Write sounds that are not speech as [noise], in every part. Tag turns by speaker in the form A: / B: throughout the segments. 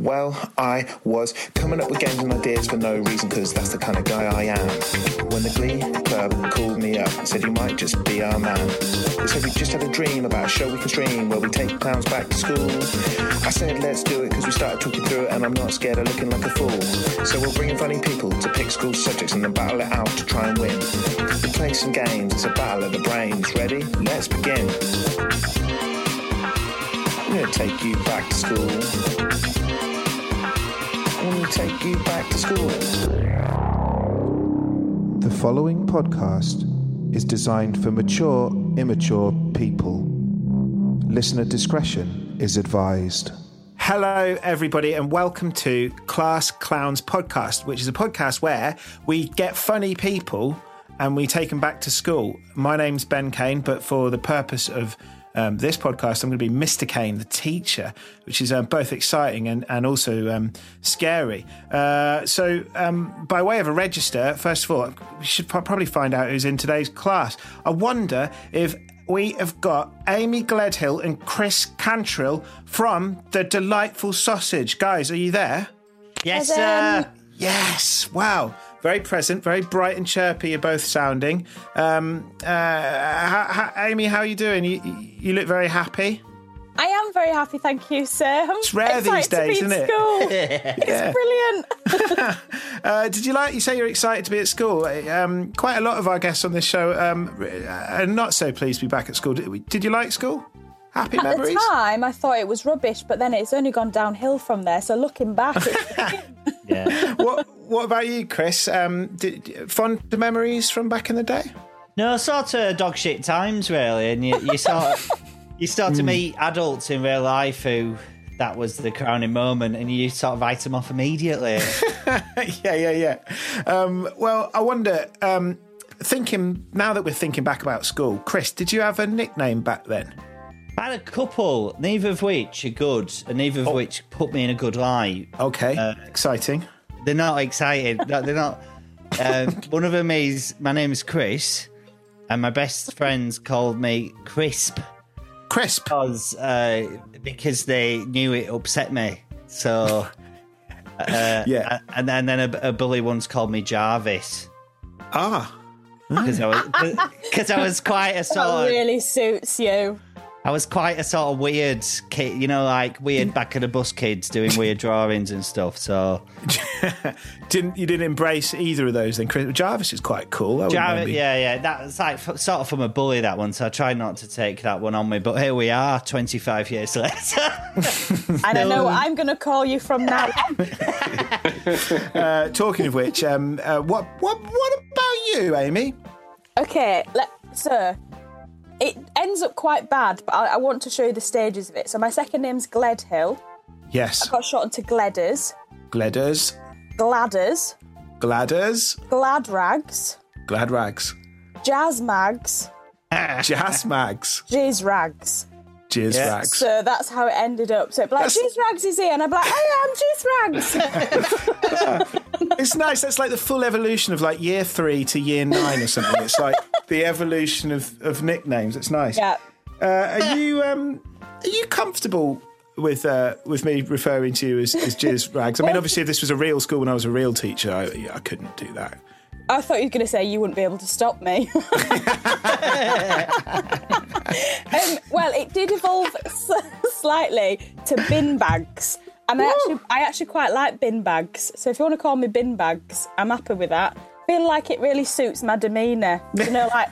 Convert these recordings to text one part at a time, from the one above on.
A: Well, I was coming up with games and ideas for no reason, because that's the kind of guy I am. When the Glee Club called me up and said, You might just be our man. They said, We just had a dream about a show we can stream where we take clowns back to school. I said, Let's do it, because we started talking through it, and I'm not scared of looking like a fool. So we'll bring in funny people to pick school subjects and then battle it out to try and win. We play some games, it's a battle of the brains. Ready? Let's begin. I'm gonna take you back to school. I'm gonna take you back to school.
B: The following podcast is designed for mature, immature people. Listener discretion is advised.
C: Hello, everybody, and welcome to Class Clowns Podcast, which is a podcast where we get funny people and we take them back to school. My name's Ben Kane, but for the purpose of um, this podcast, I'm going to be Mr. Kane, the teacher, which is um, both exciting and, and also um, scary. Uh, so, um, by way of a register, first of all, we should pro- probably find out who's in today's class. I wonder if we have got Amy Gledhill and Chris Cantrill from The Delightful Sausage. Guys, are you there?
D: Yes, sir.
C: Yes. Wow. Very present, very bright and chirpy. You're both sounding. Um, uh, ha, ha, Amy, how are you doing? You, you look very happy.
D: I am very happy, thank you, sir. I'm
C: It's rare these
D: excited
C: days,
D: to be in
C: isn't it?
D: school.
C: Yeah.
D: It's brilliant.
C: Uh, did you like? You say you're excited to be at school. Um, quite a lot of our guests on this show um, are not so pleased to be back at school. Did, did you like school? Happy
D: At
C: memories.
D: the time, I thought it was rubbish, but then it's only gone downhill from there. So looking back, it's brilliant.
E: Yeah.
C: What What about you, Chris? Um, did, fond memories from back in the day?
E: No, sort of dog shit times really, and you, you sort of, you start to meet adults in real life who that was the crowning moment, and you sort of write them off immediately.
C: [laughs] yeah, yeah, yeah. Um, well, I wonder. Um, thinking now that we're thinking back about school, Chris, did you have a nickname back then?
E: I had a couple, neither of which are good, and neither of which put me in a good light.
C: Okay,
E: Uh,
C: exciting.
E: They're not excited. no, they're not. Um, one of them is my name is Chris, and my best friends called me Crisp
C: Crisp.
E: because uh, because they knew it upset me. So.
C: yeah.
E: Uh, and then, and then a, a bully once called me Jarvis uh,
C: ah.
E: because I was [laughs] because I was quite a sort
D: that
E: of,
D: really suits you.
E: I was quite a sort of weird kid, you know, like weird back of the bus kids doing weird drawings and stuff. So
C: Didn't you didn't embrace either of those then, Chris? Jarvis is quite cool. I wouldn't
E: Jarvis,
C: mind being-
E: yeah, yeah, that was like f- sort of from a bully that one. So I tried not to take that one on me, but here we are, twenty five years later. [laughs]
D: And I know what I'm going to call you from now.
C: Uh, talking of which, um, uh, what what what about you, Amy?
D: okay, let, sir. It ends up quite bad, but I, I want to show you the stages of it. So my second name's Gledhill.
C: Yes,
D: Got shortened to Gledders,
C: Gledders,
D: Gladders,
C: Gladders,
D: Glad Rags,
C: Glad
E: [laughs]
C: Rags,
D: Jazz Mags,
C: Jazz Mags,
D: Jizz Rags.
C: Jizz
E: Yeah.
C: Rags.
D: So that's how it ended up. So it'd be like,
C: That's-
D: Juice Rags is here. And I'd be like, I am Juice Rags.
C: It's nice. That's like the full evolution of like year three to year nine or something. It's like the evolution of, of nicknames. It's nice.
D: yeah.
C: Uh, are you um, are you comfortable with uh, with me referring to you as, as Jizz Rags? I mean, obviously, if this was a real school when I was a real teacher, I, yeah, I couldn't do that.
D: I thought you were going to say you wouldn't be able to stop me. [laughs] um, well, it did evolve s- slightly to bin bags. And I actually, I actually quite like bin bags. So if you want to call me bin bags, I'm happy with that. feel like it really suits my demeanour. You know, like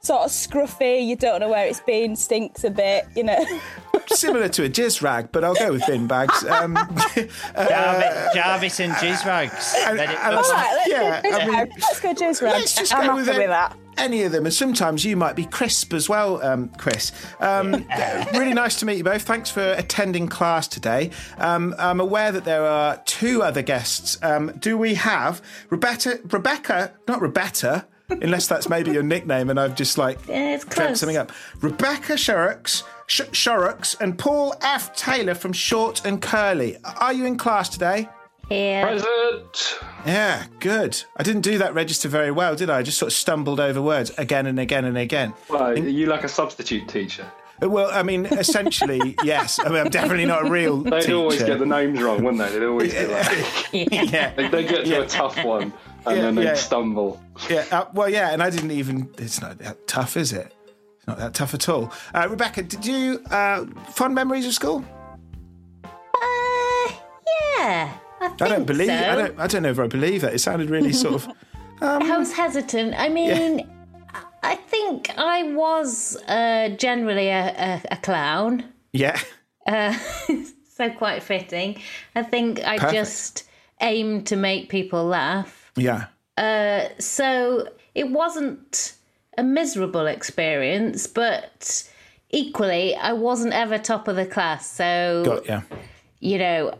D: sort of scruffy, you don't know where it's been, stinks a bit, you know. [laughs]
C: Similar to a Jizz Rag, but I'll go with bin bags. Um, [laughs]
E: Jarvis, Jarvis and Jizz Rags. Then it
C: and
E: was-
D: All right, let's
C: Yeah,
D: go Jizz
C: I mean-
D: Rags. Let's go Jizz Rags.
C: Let's just
D: I'm
C: go
D: happy
C: with,
D: with
C: it.
D: that.
C: Any of them, and sometimes you might be crisp as well, um, Chris.
D: [laughs]
C: Um, uh, really nice to meet you both. Thanks for attending class today. Um, I'm aware that there are two other guests. Um, do we have Rebecca? Rebecca, not Rebecca, unless that's maybe your nickname, and I've just like
F: Yeah, it's
C: dreamt
F: close.
C: something up. Rebecca Shorrocks, Sh- Shorrocks, and Paul F. Taylor from Short and Curly. Are you in class today?
F: Yeah.
G: Present.
C: Yeah, good. I didn't do that register very well, did I? I just sort of stumbled over words again and again and again.
G: Well, you like a substitute teacher.
C: Well, I mean,
F: [laughs]
C: essentially, yes. I mean, I'm definitely not a real.
F: They'd
C: teacher.
F: always get the names wrong, wouldn't they? They'd always be like,
C: [laughs]
F: [laughs]
C: yeah,
F: they would get to a tough one and
C: Yeah,
F: then they'd
C: yeah.
F: stumble.
C: yeah. Uh, well, yeah, and I didn't even. It's not that tough, is it? It's not that tough at all. Uh, Rebecca, did you uh, fond memories of school?
G: Uh, yeah. I, think
C: I don't believe.
G: So.
C: I don't. I don't know if I believe it. It sounded really sort
G: [laughs]
C: of.
G: I was hesitant. I mean, I think I was uh, generally a, a, a clown.
C: Yeah.
G: so quite fitting. I think I
C: Perfect.
G: just aimed to make people laugh.
C: Yeah.
G: So it wasn't a miserable experience, but equally, I wasn't ever top of the class. So,
C: Got yeah.
G: you know,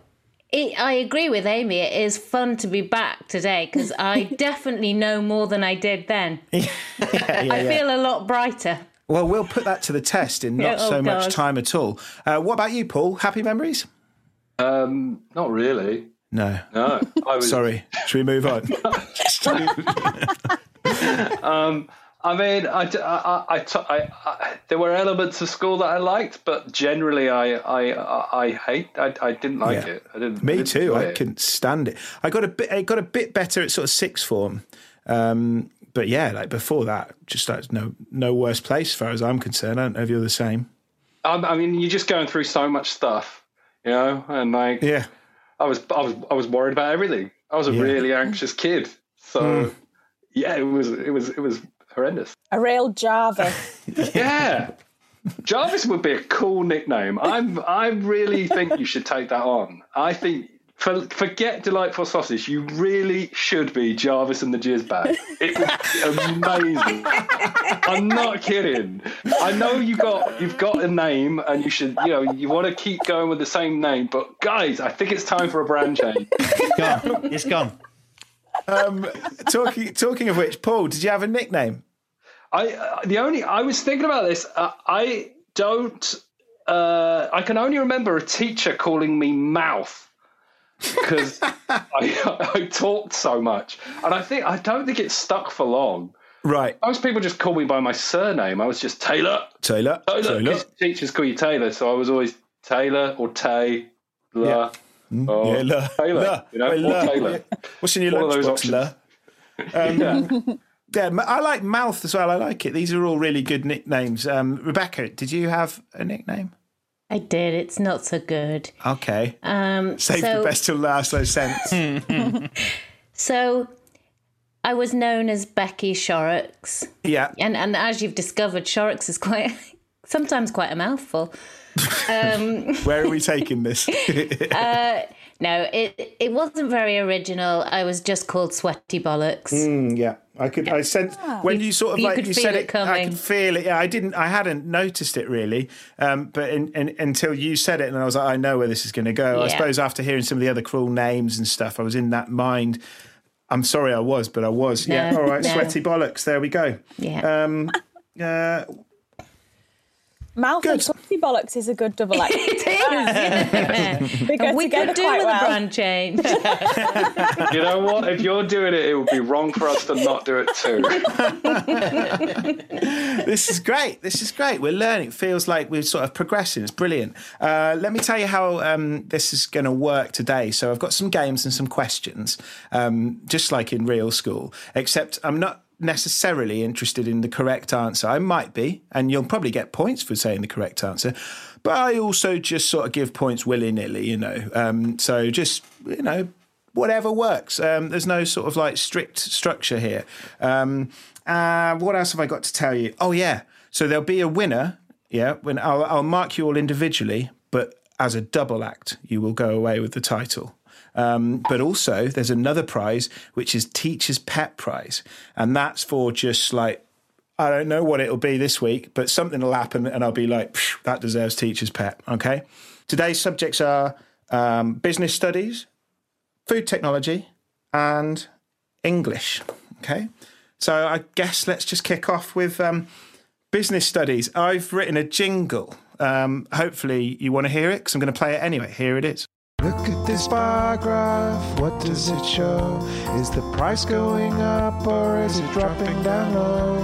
G: it, I agree with Amy. It is fun to be back today
C: [laughs]
G: because I definitely know more than I did then. I feel a lot brighter.
C: Well, we'll put that to the test in not
G: Yeah, oh
C: so
G: God.
C: much time at all. Uh, what about you, Paul? Happy memories?
F: Um, not really.
C: No.
F: No, I was.
C: Sorry. Should we move
F: [laughs]
C: on?
F: I mean, I, d- I- I- I t- I- I- there were elements of school that I liked, but generally, I, I, I, I hate. I, I didn't like
C: Yeah.
F: it. I didn't.
C: Me
F: didn't
C: too.
F: enjoy
C: I
F: it.
C: couldn't stand it. I got a bit. It got a bit better at sort of sixth form, um, but yeah, like before that, just like no no worse place as far as I'm concerned. I don't know if you're the same.
F: I, I mean, you're just going through so much stuff, you know, and like
C: Yeah.
F: I was, I was, I was worried about everything. I was a really anxious kid, so yeah, it was, it was, it was horrendous.
D: A real
C: [laughs]
D: Jarvis.
F: Yeah. Jarvis would be a cool nickname. I'm I really think you should take that on. I think for, forget delightful sausage. You really should be Jarvis and the Jizz Bag. It would be amazing. I'm not kidding. I know you got you've got a name and you should you know you want to keep going with the same name. But guys, I think it's time for a brand change.
C: [laughs]
E: Gone. It's gone.
C: talking [laughs] talking of which, Paul, did you have a nickname?
F: I uh, the only I was thinking about this. Uh, I don't. Uh, I can only remember a teacher calling me mouth because I, I talked so much, and I think I don't think it stuck for long.
C: Right,
F: Most people just call me by my surname. I was just Taylor.
C: Taylor.
F: Taylor. 'cause Teachers call you Taylor, so I was always Taylor or Tay. Yeah. Or
C: Yeah, la.
F: Taylor,
C: La.
F: you know,
C: Well,
F: or
C: la.
F: Taylor.
C: What's in your
F: All of those
C: lunchbox,
F: options.
C: la?
F: [laughs] Yeah.
C: Yeah, m- I like mouth as well. I like it. These are all really good nicknames. Um, Rebecca, did you have a nickname?
G: I did. It's not so good.
C: Okay,
G: Um,
C: save
G: so,
C: the best till last. Those
G: [laughs]
C: sense.
G: So I was known as Becky Shorrocks.
C: yeah,
G: and and as you've discovered, Shorrocks is quite [laughs] sometimes quite a mouthful.
C: [laughs]
G: Um,
C: where are we taking
G: [laughs]
C: this? Mm,
G: no, it it wasn't very original. I was just called sweaty bollocks.
C: Yeah, I could. I sent when you sort of
G: Ah. you
C: like
G: could
C: you
G: feel
C: said
G: it
C: it. I
G: coming.
C: could feel it. Yeah, I didn't. I hadn't noticed it really, um, but in, in, until you said it, and I was like, I know where this is going to go. I
G: Yeah.
C: suppose after hearing some of the other cruel names and stuff, I was in that mind. I'm sorry, I was, but I was. yeah.
G: No,
C: All right,
G: no.
C: sweaty bollocks. There we go. Um,
G: Yeah,
C: Uh,
D: Mouth
C: Good.
D: and Tootsie Bollocks is a good
C: [laughs]
D: double act.
G: [laughs] it is. yeah.
D: They go
G: we
D: together
G: could do
D: quite
G: with
D: well.
G: a brand change.
F: You know what? If you're doing it, it would be wrong for us to not do it too.
C: this is great. This is great. We're learning. It feels like we're sort of progressing. It's brilliant. Uh, let me tell you how um, this is going to work today. So I've got some games and some questions, um, just like in real school, except I'm not necessarily interested in the correct answer. I might be, and you'll probably get points for saying the correct answer. But I also just sort of give points willy nilly, you know. Um, so just, you know, whatever works. Um, there's no sort of like strict structure here. Um, uh, what else have I got to tell you? Oh yeah, so there'll be a winner. Yeah, when I'll, I'll mark you all individually, but as a double act, you will go away with the title. Um, but also, there's another prize which is Teacher's Pet Prize, and that's for just like I don't know what it'll be this week, but something will happen and I'll be like, "Psh, that deserves teacher's pet. Okay. Today's subjects are um, business studies, food technology, and English. Okay. So I guess let's just kick off with um, business studies. I've written a jingle. Um, hopefully you want to hear it because I'm going to play it anyway. Here it is.
B: Look at this bar graph, what does it show? Is the price going up or is it dropping down low?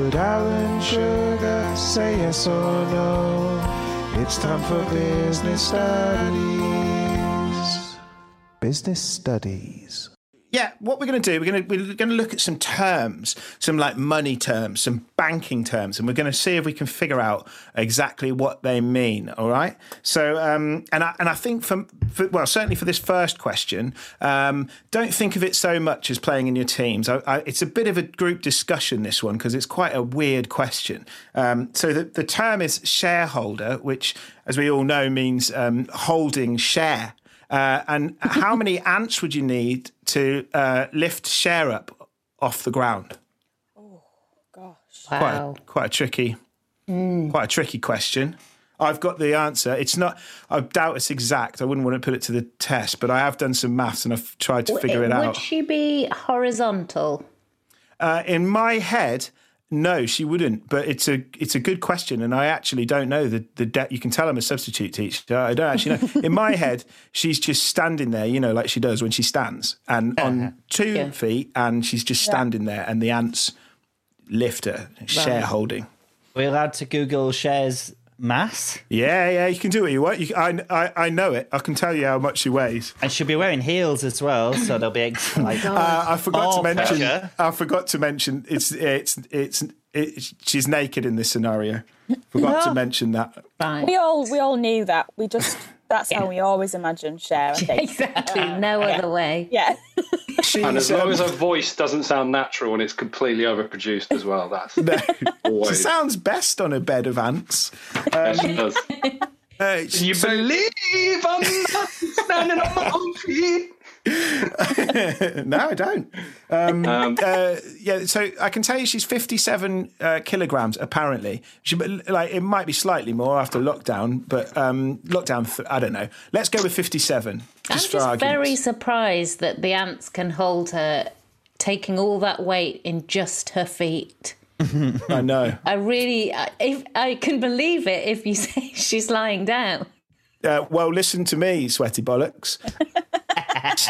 B: Would Alan Sugar say yes or no? It's time for business studies. Business studies.
C: Yeah, what we're going to do, we're going to we're going to look at some terms, some like money terms, some banking terms, and we're going to see if we can figure out exactly what they mean. All right. So, um, and I and I think for, for well, certainly for this first question, um, don't think of it so much as playing in your teams. I, I, it's a bit of a group discussion this one because it's quite a weird question. Um, so the the term is shareholder, which, as we all know, means um, holding share. Uh, and how
G: [laughs]
C: many ants would you need to uh, lift share up off the ground?
D: Gosh.
C: Quite,
G: Wow. Mm.
C: a, quite a tricky, quite a tricky question. I've got the answer. It's not. I doubt it's exact. I wouldn't want to put it to the test, but I have done some maths and I've tried to figure it
G: Would
C: out.
G: she be horizontal?
C: Uh, in my head, no, she wouldn't. But it's a it's a good question, and I actually don't know the the depth. You can tell I'm a substitute teacher. I don't actually know. in my head, [laughs] she's just standing there, you know, like she does when she stands, and on two feet, and she's just standing there, and the ants lift her, shareholding.
E: We're allowed to Google shares mass,
C: Yeah, yeah, you can do what you want. You, I, I, I know it. I can tell you how much she weighs.
E: and she'll be wearing heels as well,
C: [laughs]
E: so they'll be ex- like.
C: Uh, I forgot
E: Oh,
C: to mention.
E: pressure.
C: I forgot to mention. It's it's it's. it's she's naked in this scenario. Forgot to mention that.
G: Right. [laughs]
D: We all we all knew that. We just that's how we always imagine share. I
G: [laughs]
D: think.
G: Exactly. No other way.
D: Yeah.
F: And as
C: She's,
F: long
C: um, [laughs]
F: as her voice doesn't sound natural and it's completely overproduced as well, that's
C: she
F: [laughs] always
C: sounds best on a bed of ants.
F: yes, she does.
C: Uh, she-
F: You believe I'm not standing on my own feet?
C: no, I don't.
F: Um,
C: Uh, yeah, so I can tell you she's 57 uh, kilograms, apparently. She, but, like It might be slightly more after lockdown, but um, lockdown, th- I don't know. Let's go with 57.
G: I'm
C: Just
G: just
C: for argument.
G: very surprised that the ants can hold her, taking all that weight in just her feet.
C: I know.
G: I really, I- if I can believe it, if you [laughs] say she's lying down.
C: Uh, well, listen to me, sweaty bollocks.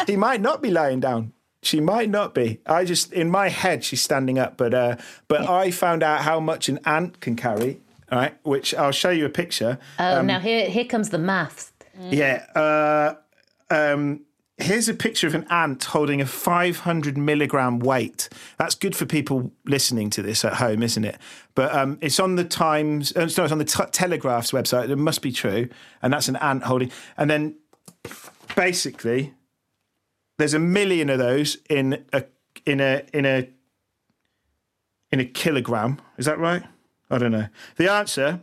C: she might not be lying down. She might not be. I just in my head she's standing up, but uh, but I found out how much an ant can carry. All right, which I'll show you a picture.
G: Oh, now here, here comes the maths.
C: Yeah. Uh, um, here's a picture of an ant holding a 500 milligram weight. That's good for people listening to this at home, isn't it? But um, it's on the Times, uh, it's, no, it's on the t- Telegraph's website. It must be true. And that's an ant holding. And then basically, there's a million of those in a in a in a in a kilogram. Is that right? I don't know. The answer.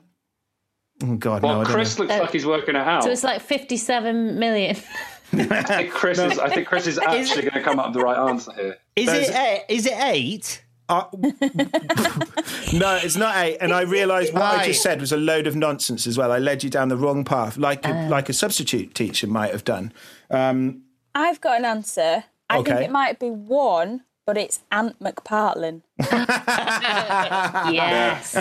C: Oh God, no! I
F: well,
C: don't know.
F: Chris looks like he's working it out.
G: So it's like 57 million.
F: I think Chris is. I
G: [laughs]
F: think Chris is actually going to come up with the right answer here.
E: is it? eh, Is it eight?
C: Uh, no, it's not eight. And I realised what I
E: Right.
C: just said was a load of nonsense as well. I led you down the wrong path, like a, like a substitute teacher might have done.
D: I've got an answer. I
C: Okay.
D: think it might be one, but it's Ant McPartlin.
G: yes.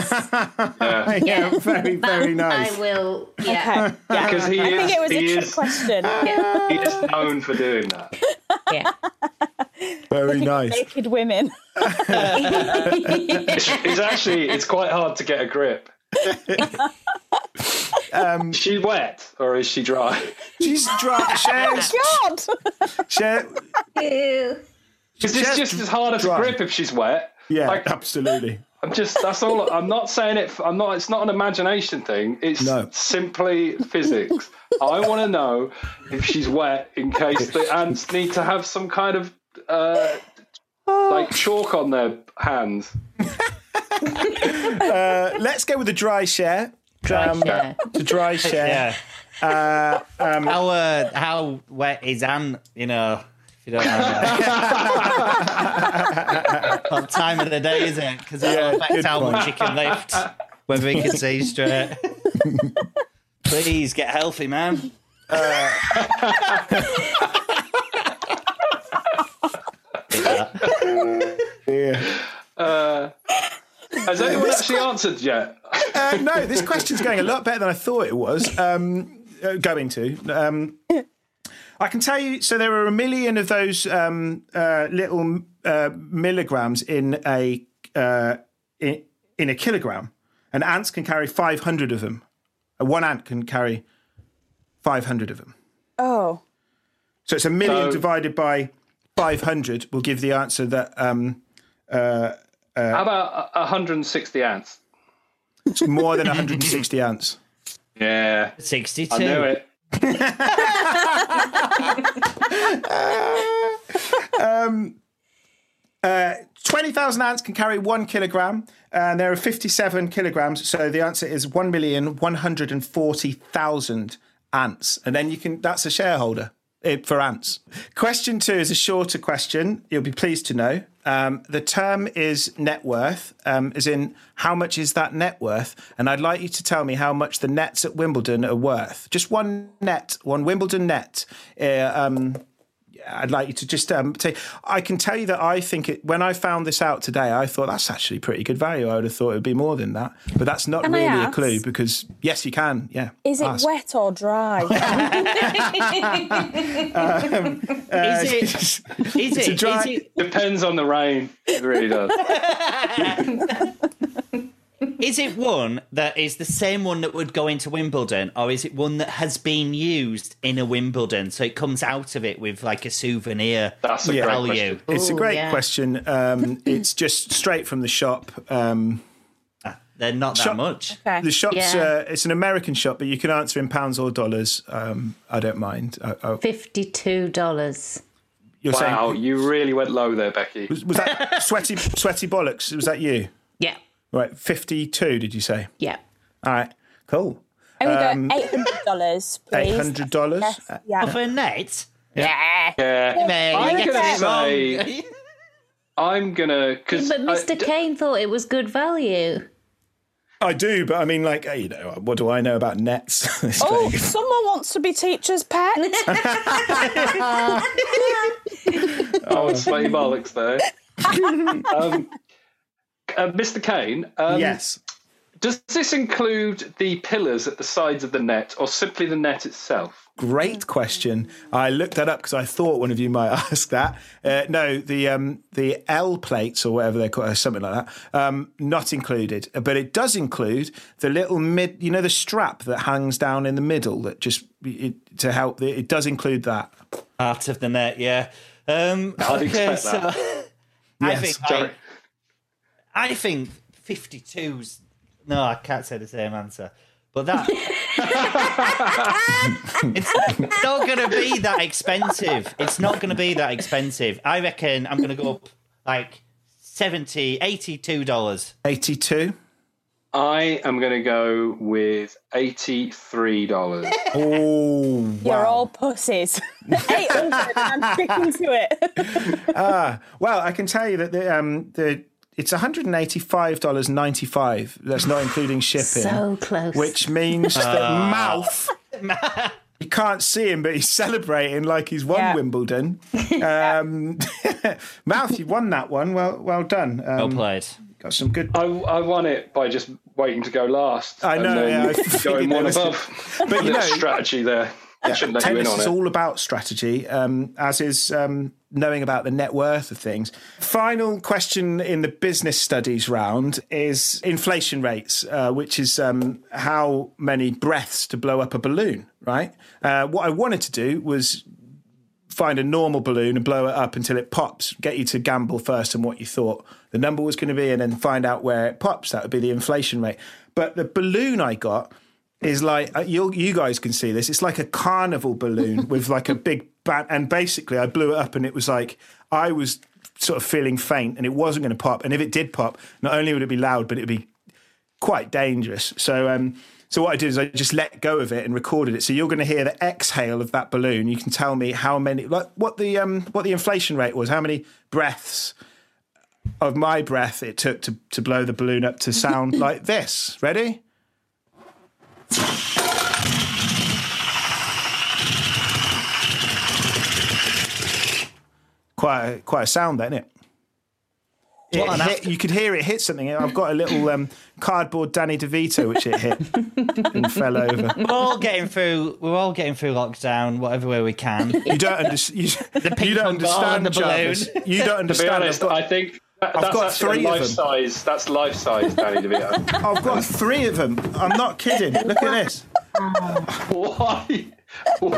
C: Yeah, very very [laughs] nice.
G: I will. Yeah.
D: Okay. Yeah.
F: Because he
D: I
F: is,
D: think it was
F: he,
D: a trick
F: is
C: [laughs]
D: question.
F: he is known for doing that.
G: yeah.
C: Very nice.
D: Naked
G: [laughs]
D: women.
F: It's, it's actually it's quite hard to get a [laughs] grip. is she wet or is she dry?
C: She's dry. Shares.
D: God.
C: Share.
F: Because it's
C: Just
F: just as hard as a
C: dry.
F: grip if she's wet.
C: Yeah,
F: Like-
C: absolutely.
F: I'm just that's all. I'm not saying it. I'm not. It's not an imagination thing. It's
C: No.
F: simply physics. I want to know if she's wet in case the ants need to have some kind of uh, like chalk on their hands.
C: Uh, let's go with the dry share.
G: Dry
C: Um,
G: share.
C: The dry share.
E: [laughs] Yeah.
C: um,
E: how uh, how wet is Anne? You know, if you don't
C: [laughs]
E: know. what time of the day is it? Because that'll affect
C: good
E: how
C: point.
E: much you can lift. Whether you can see
C: [laughs]
E: straight. Please get healthy, man.
F: Uh, Has anyone actually answered yet?
C: Uh, no, this question's going a lot better than I thought it was. Um, uh, going to. Um, I can tell you. So there are a million of those um, uh, little uh, milligrams in a uh, in, in a kilogram, and ants can carry five hundred of them. Uh, One ant can carry five hundred of them.
D: [laughs] Oh,
C: So it's a million
F: So-
C: divided by five hundred will give the answer that um,
F: How about a- 160 ants?
C: it's more than one hundred and sixty ants.
F: Yeah,
E: 62.
F: I knew it.
C: Twenty thousand ants can carry one kilogram, and there are fifty-seven kilograms. So the answer is one million one hundred and forty thousand ants, and then you can—that's a shareholder eh, for ants. Question two is a shorter question. You'll be pleased to know um, the term is net worth, um, as in how much is that net worth? And I'd like you to tell me how much the nets at Wimbledon are worth. Just one net, one Wimbledon net. eh, um, I'd like you to just um, take. I can tell you that I think it. When I found this out today, I thought that's actually pretty good value. I would have thought it would be more than that, but that's not
D: Can I
C: really a
D: ask?
C: clue because yes, you can. Yeah.
D: is it
C: Ask.
D: wet
C: [laughs]
D: or dry?
C: [laughs]
E: Is it? Is
C: a
E: it?
C: Uh, dry-
E: Is it,
F: Depends on the rain. It really does.
E: is it one that is the same one that would go into Wimbledon, or is it one that has been used in a Wimbledon? So it comes out of it with like a souvenir
F: That's a
C: Yeah.
F: great
E: value.
F: question.
C: It's a
G: Ooh,
C: great
G: yeah.
C: question.
G: [laughs]
C: Um, it's just straight from the shop. Um,
E: They're not that
C: Shop-
E: much.
D: Okay.
C: the shop's
G: Yeah.
C: uh, it's an American shop, but you can answer in pounds or dollars. Um, I don't mind. I, I,
G: Fifty-two dollars.
C: you're
F: Wow,
C: saying
F: you really went low there, Becky.
C: was, was that sweaty sweaty bollocks? Was that you?
G: Yeah,
C: Right, fifty-two. Did you say?
G: yeah.
C: All right, cool.
D: Here we go. Eight hundred dollars, please.
C: um, Eight hundred dollars.
D: Yes, yeah.
E: For a net,
G: Yeah.
F: Yeah,
E: mate,
F: I'm
E: you
F: gonna
E: get
F: say-
E: it wrong.
F: [laughs] I'm gonna because
G: But Mr. Kane thought it was good value.
C: I do, but I mean, like, uh, you know, what do I know about nets? [laughs] It's
D: Oh,
C: like-
D: someone wants to be teacher's [laughs] pet.
F: [laughs] Oh, it's sweaty bollocks there. um, uh, Mr. Kane, um,
C: yes.
F: does this include the pillars at the sides of the net or simply the net itself?
D: Mm.
C: Great question. I looked that up because I thought one of you might [laughs] ask that. Uh, no, the um, the L plates or whatever they're called, or something like that, um, not included. But it does include the little mid, you know, the strap that hangs down in the middle that just it, to help. It does include that.
E: Part of the net, yeah. Um,
F: I'd
E: okay,
F: expect that.
E: so- [laughs] I
C: Yes.
E: think
F: Sorry.
E: I, I think 52's. No, I can't say the same answer. But that. [laughs] it's not going to be that expensive. It's not going to be that expensive. I reckon I'm going to go up like 70, 82 dollars.
C: Eighty-two.
F: I am gonna go with eighty-three dollars.
C: Oh,
D: [laughs] You're
C: wow.
D: all [laughs] pussies. Eight hundred. I'm sticking to it.
C: Well, I can tell you that the um the it's one hundred and eighty five dollars ninety five. That's not
D: [laughs]
C: including shipping,
G: So close.
C: which means
D: Uh.
C: that mouth. You can't see him, but he's [laughs] celebrating like he's won
D: Yeah.
C: Wimbledon. [laughs] Um, Mouth, you've won that one. Well, well done.
E: Well
C: Um,
E: played.
C: got some good.
F: [laughs] I, I won it by just waiting to go last.
C: I know,
F: And
C: yeah, I
F: then
C: figured
F: going
C: that
F: one
C: was-
F: above. [laughs]
C: But you
F: Little
C: know,
F: strategy there. I shouldn't let you in
C: tennis
F: on
C: is
F: it.
C: all about strategy, um, as is um, knowing about the net worth of things. Final question in the business studies round is inflation rates, uh, which is um, how many breaths to blow up a balloon, right? Uh, what I wanted to do was find a normal balloon and blow it up until it pops, get you to gamble first on what you thought the number was going to be, and then find out where it pops. That would be the inflation rate. But the balloon I got is like uh, you you guys can see this. It's like a carnival balloon with like a big bat, and basically I blew it up, and it was like I was sort of feeling faint, and it wasn't going to pop. And if it did pop, not only would it be loud, but it would be quite dangerous. So, um, so what I did is I just let go of it and recorded it. So you're going to hear the exhale of that balloon. You can tell me how many, like what the um, what the inflation rate was, how many breaths of my breath it took to to blow the balloon up to sound like this. Ready? Quite a, quite a sound, then, isn't it? It hit- you could hear it hit something. I've got a little um, cardboard Danny DeVito, which it hit
E: [laughs]
C: and fell over.
E: We're all getting through. We're all getting through lockdown, whatever way we
C: [laughs]
E: can.
C: You don't, under- you, you don't
E: ping-pong ball
C: understand,
E: and the balloon.
C: Jarvis. You
E: [laughs]
C: don't
F: To be
C: understand. I've
F: honest,
C: got,
F: I think that,
C: I've
F: that's
C: got
F: actually
C: three of
F: life
C: them.
F: size. That's life size, Danny DeVito.
C: I've got three of them. I'm not kidding. Look at this.
F: Why?
E: One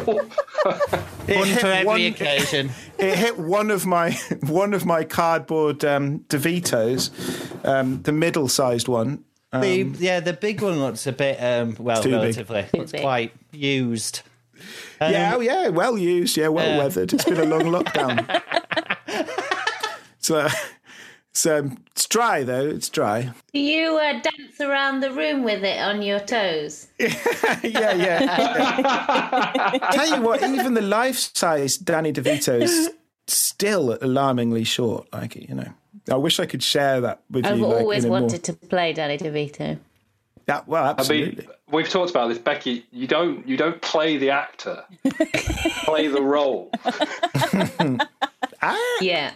C: hit
E: for every
C: one-
E: occasion.
C: it hit one of my [laughs] one of my cardboard um, Devitos, um, the middle-sized one.
E: the, yeah, the big one looks a bit um, well,
C: too big.
E: relatively. It's
G: big.
E: quite used.
C: yeah, oh, yeah, well used. Yeah, well weathered. It's been a long [laughs] lockdown. so, so it's dry though. It's dry.
G: Do you uh, dance around the room with it on your toes?
C: [laughs] yeah, yeah. [laughs] Tell you what, even the life-size Danny DeVito is still alarmingly short. Like you know, I wish I could share that with
G: I've
C: you. like,
G: always
C: in a more-
G: wanted to play Danny DeVito.
C: Yeah, well,
F: I mean,
C: absolutely.
F: we've talked about this, Becky. You don't you don't play the actor, play the role,
G: Yeah.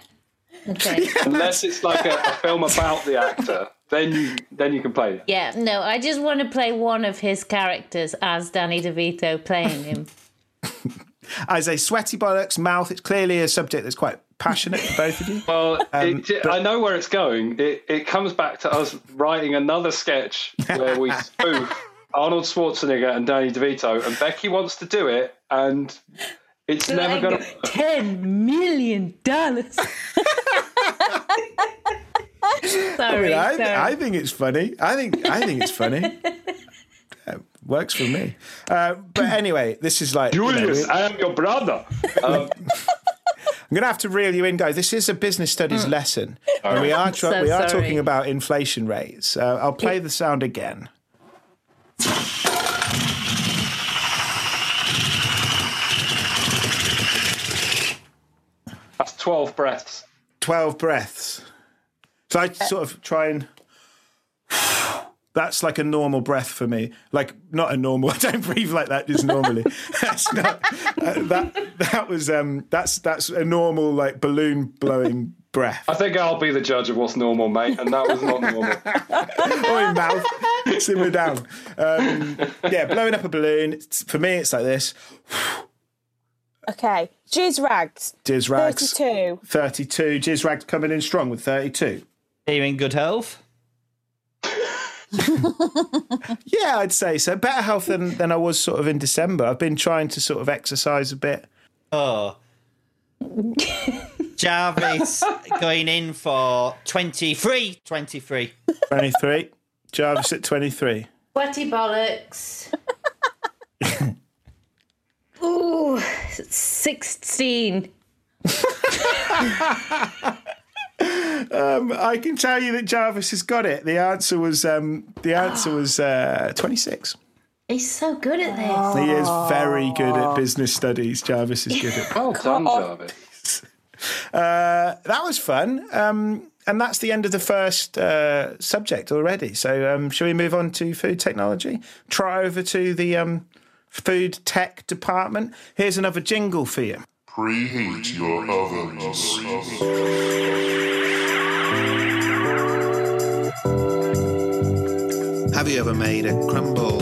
G: Okay.
C: [laughs]
F: unless it's like a, a film about the actor. Then you then you can play it.
G: Yeah, no, I just want to play one of his characters as Danny DeVito
C: [laughs]
G: playing him.
C: As a sweaty bollocks mouth, it's clearly a subject that's quite passionate for both of you.
F: Well,
C: Um,
F: it, I know where it's going. It, it comes back to us writing another sketch where we
C: [laughs]
F: spoof Arnold Schwarzenegger and Danny DeVito, and Becky wants to do it, and it's never going to.
G: Ten million
C: [laughs]
G: dollars. sorry,
C: I,
G: sorry.
C: I think it's funny. I think I think it's funny.
G: [laughs]
C: Yeah, works for me. Uh, but anyway, this is like you know,
F: Julius, I am your brother. Um,
C: I'm going to have to reel you in, guys. This is a business studies lesson, and we are tra-
G: Mm. so
C: we are
G: sorry.
C: talking about inflation rates. Uh, I'll play the sound again.
F: that's twelve breaths.
C: Twelve breaths. So I sort of try and. That's like a normal breath for me. Like not a normal. [laughs] I don't breathe like that just normally. that's not uh, that. That was um. That's that's a normal like balloon blowing breath.
F: [laughs] I think I'll be the judge of what's normal, mate, and that was
C: [laughs]
F: not normal.
C: Oi, Oh, mouth. Simmer down. Um, yeah, blowing up a balloon. it's- For me, it's like this.
D: [laughs] Okay. Jizz rags.
C: Jizz rags.
D: 32.
C: 32. Jizz rags coming in strong with 32.
E: Are you in good health?
C: Yeah, I'd say so. Better health than, than I was sort of in December. I've been trying to sort of exercise a bit.
E: Oh. Jarvis going in for 23. 23.
C: 23. Jarvis at 23.
G: Sweaty bollocks. Ooh, sixteen.
C: Um, I can tell you that Jarvis has got it. The answer was um, the answer was uh, 26.
G: He's so good at this.
C: He is very good at business studies. Jarvis is good at
F: Well done, Jarvis.
C: Uh, that was fun. Um, and that's the end of the first uh, subject already. So, um, shall we move on to food technology? Try over to the um, food tech department. Here's another jingle for you.
H: Preheat your oven to s-
A: Have you ever made a crumble?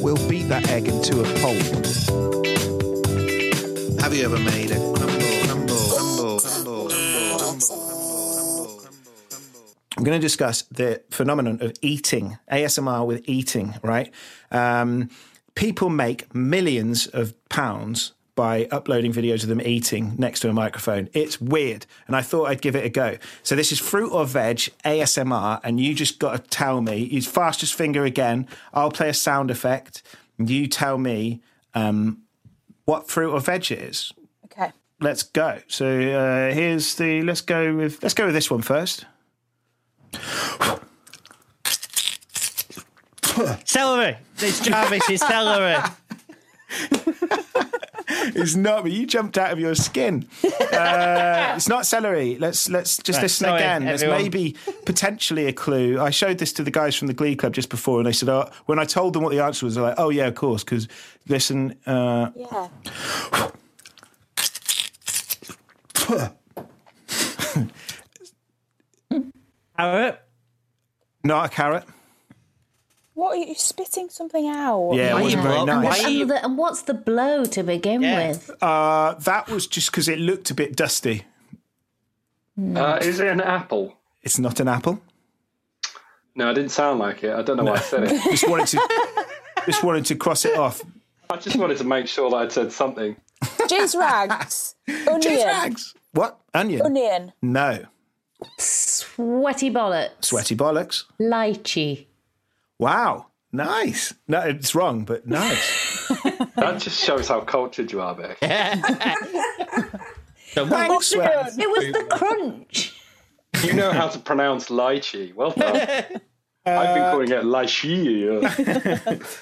A: We'll beat that egg into a pulp. Have you ever made a crumble? Crumble, crumble, crumble, crumble, crumble, crumble, crumble.
C: I'm going to discuss the phenomenon of eating, ASMR with eating, right? Um, people make millions of pounds by uploading videos of them eating next to a microphone. It's weird. And I thought I'd give it a go. So this is fruit or veg ASMR. And you just got to tell me, use fastest finger again. I'll play a sound effect. and You tell me um, what fruit or veg it is.
D: Okay.
C: Let's go. So uh, here's the, let's go with, let's go with this one first.
E: Celery. It's Jarvis, it's celery.
C: It's not, but you jumped out of your skin. Uh, it's not celery. Let's let's just
E: Right,
C: listen
E: sorry,
C: again. There's
E: everyone.
C: maybe potentially a clue. I showed this to the guys from the Glee Club just before, and they said, oh, when I told them what the answer was, they're like, "Oh yeah, of course." Because listen, uh,
D: Yeah.
E: carrot.
C: Not a carrot.
D: What are you spitting something out?
C: Yeah, it wasn't very
E: Why-
C: nice.
E: why-
G: And, the, and what's the blow to begin
E: Yeah.
G: with?
C: Uh, that was just because it looked a bit dusty.
F: Uh, is it an apple?
C: It's not an apple.
F: No, it didn't sound like it. I don't know why I said it.
C: Just wanted to, just wanted to cross it off.
F: I just wanted to make sure that I'd said something.
C: [laughs]
D: Jizz rags. Onion.
C: Cheese rags. What onion?
D: Onion.
C: No,
G: Sweaty bollocks.
C: sweaty bollocks.
G: Lychee.
C: Wow, nice. No, it's wrong, but nice.
F: That just shows how cultured you are, Beck.
C: Thanks, Sweat.
G: It was the crunch.
F: You know how to pronounce lychee. Well
C: [laughs]
F: done. I've been calling it lychee.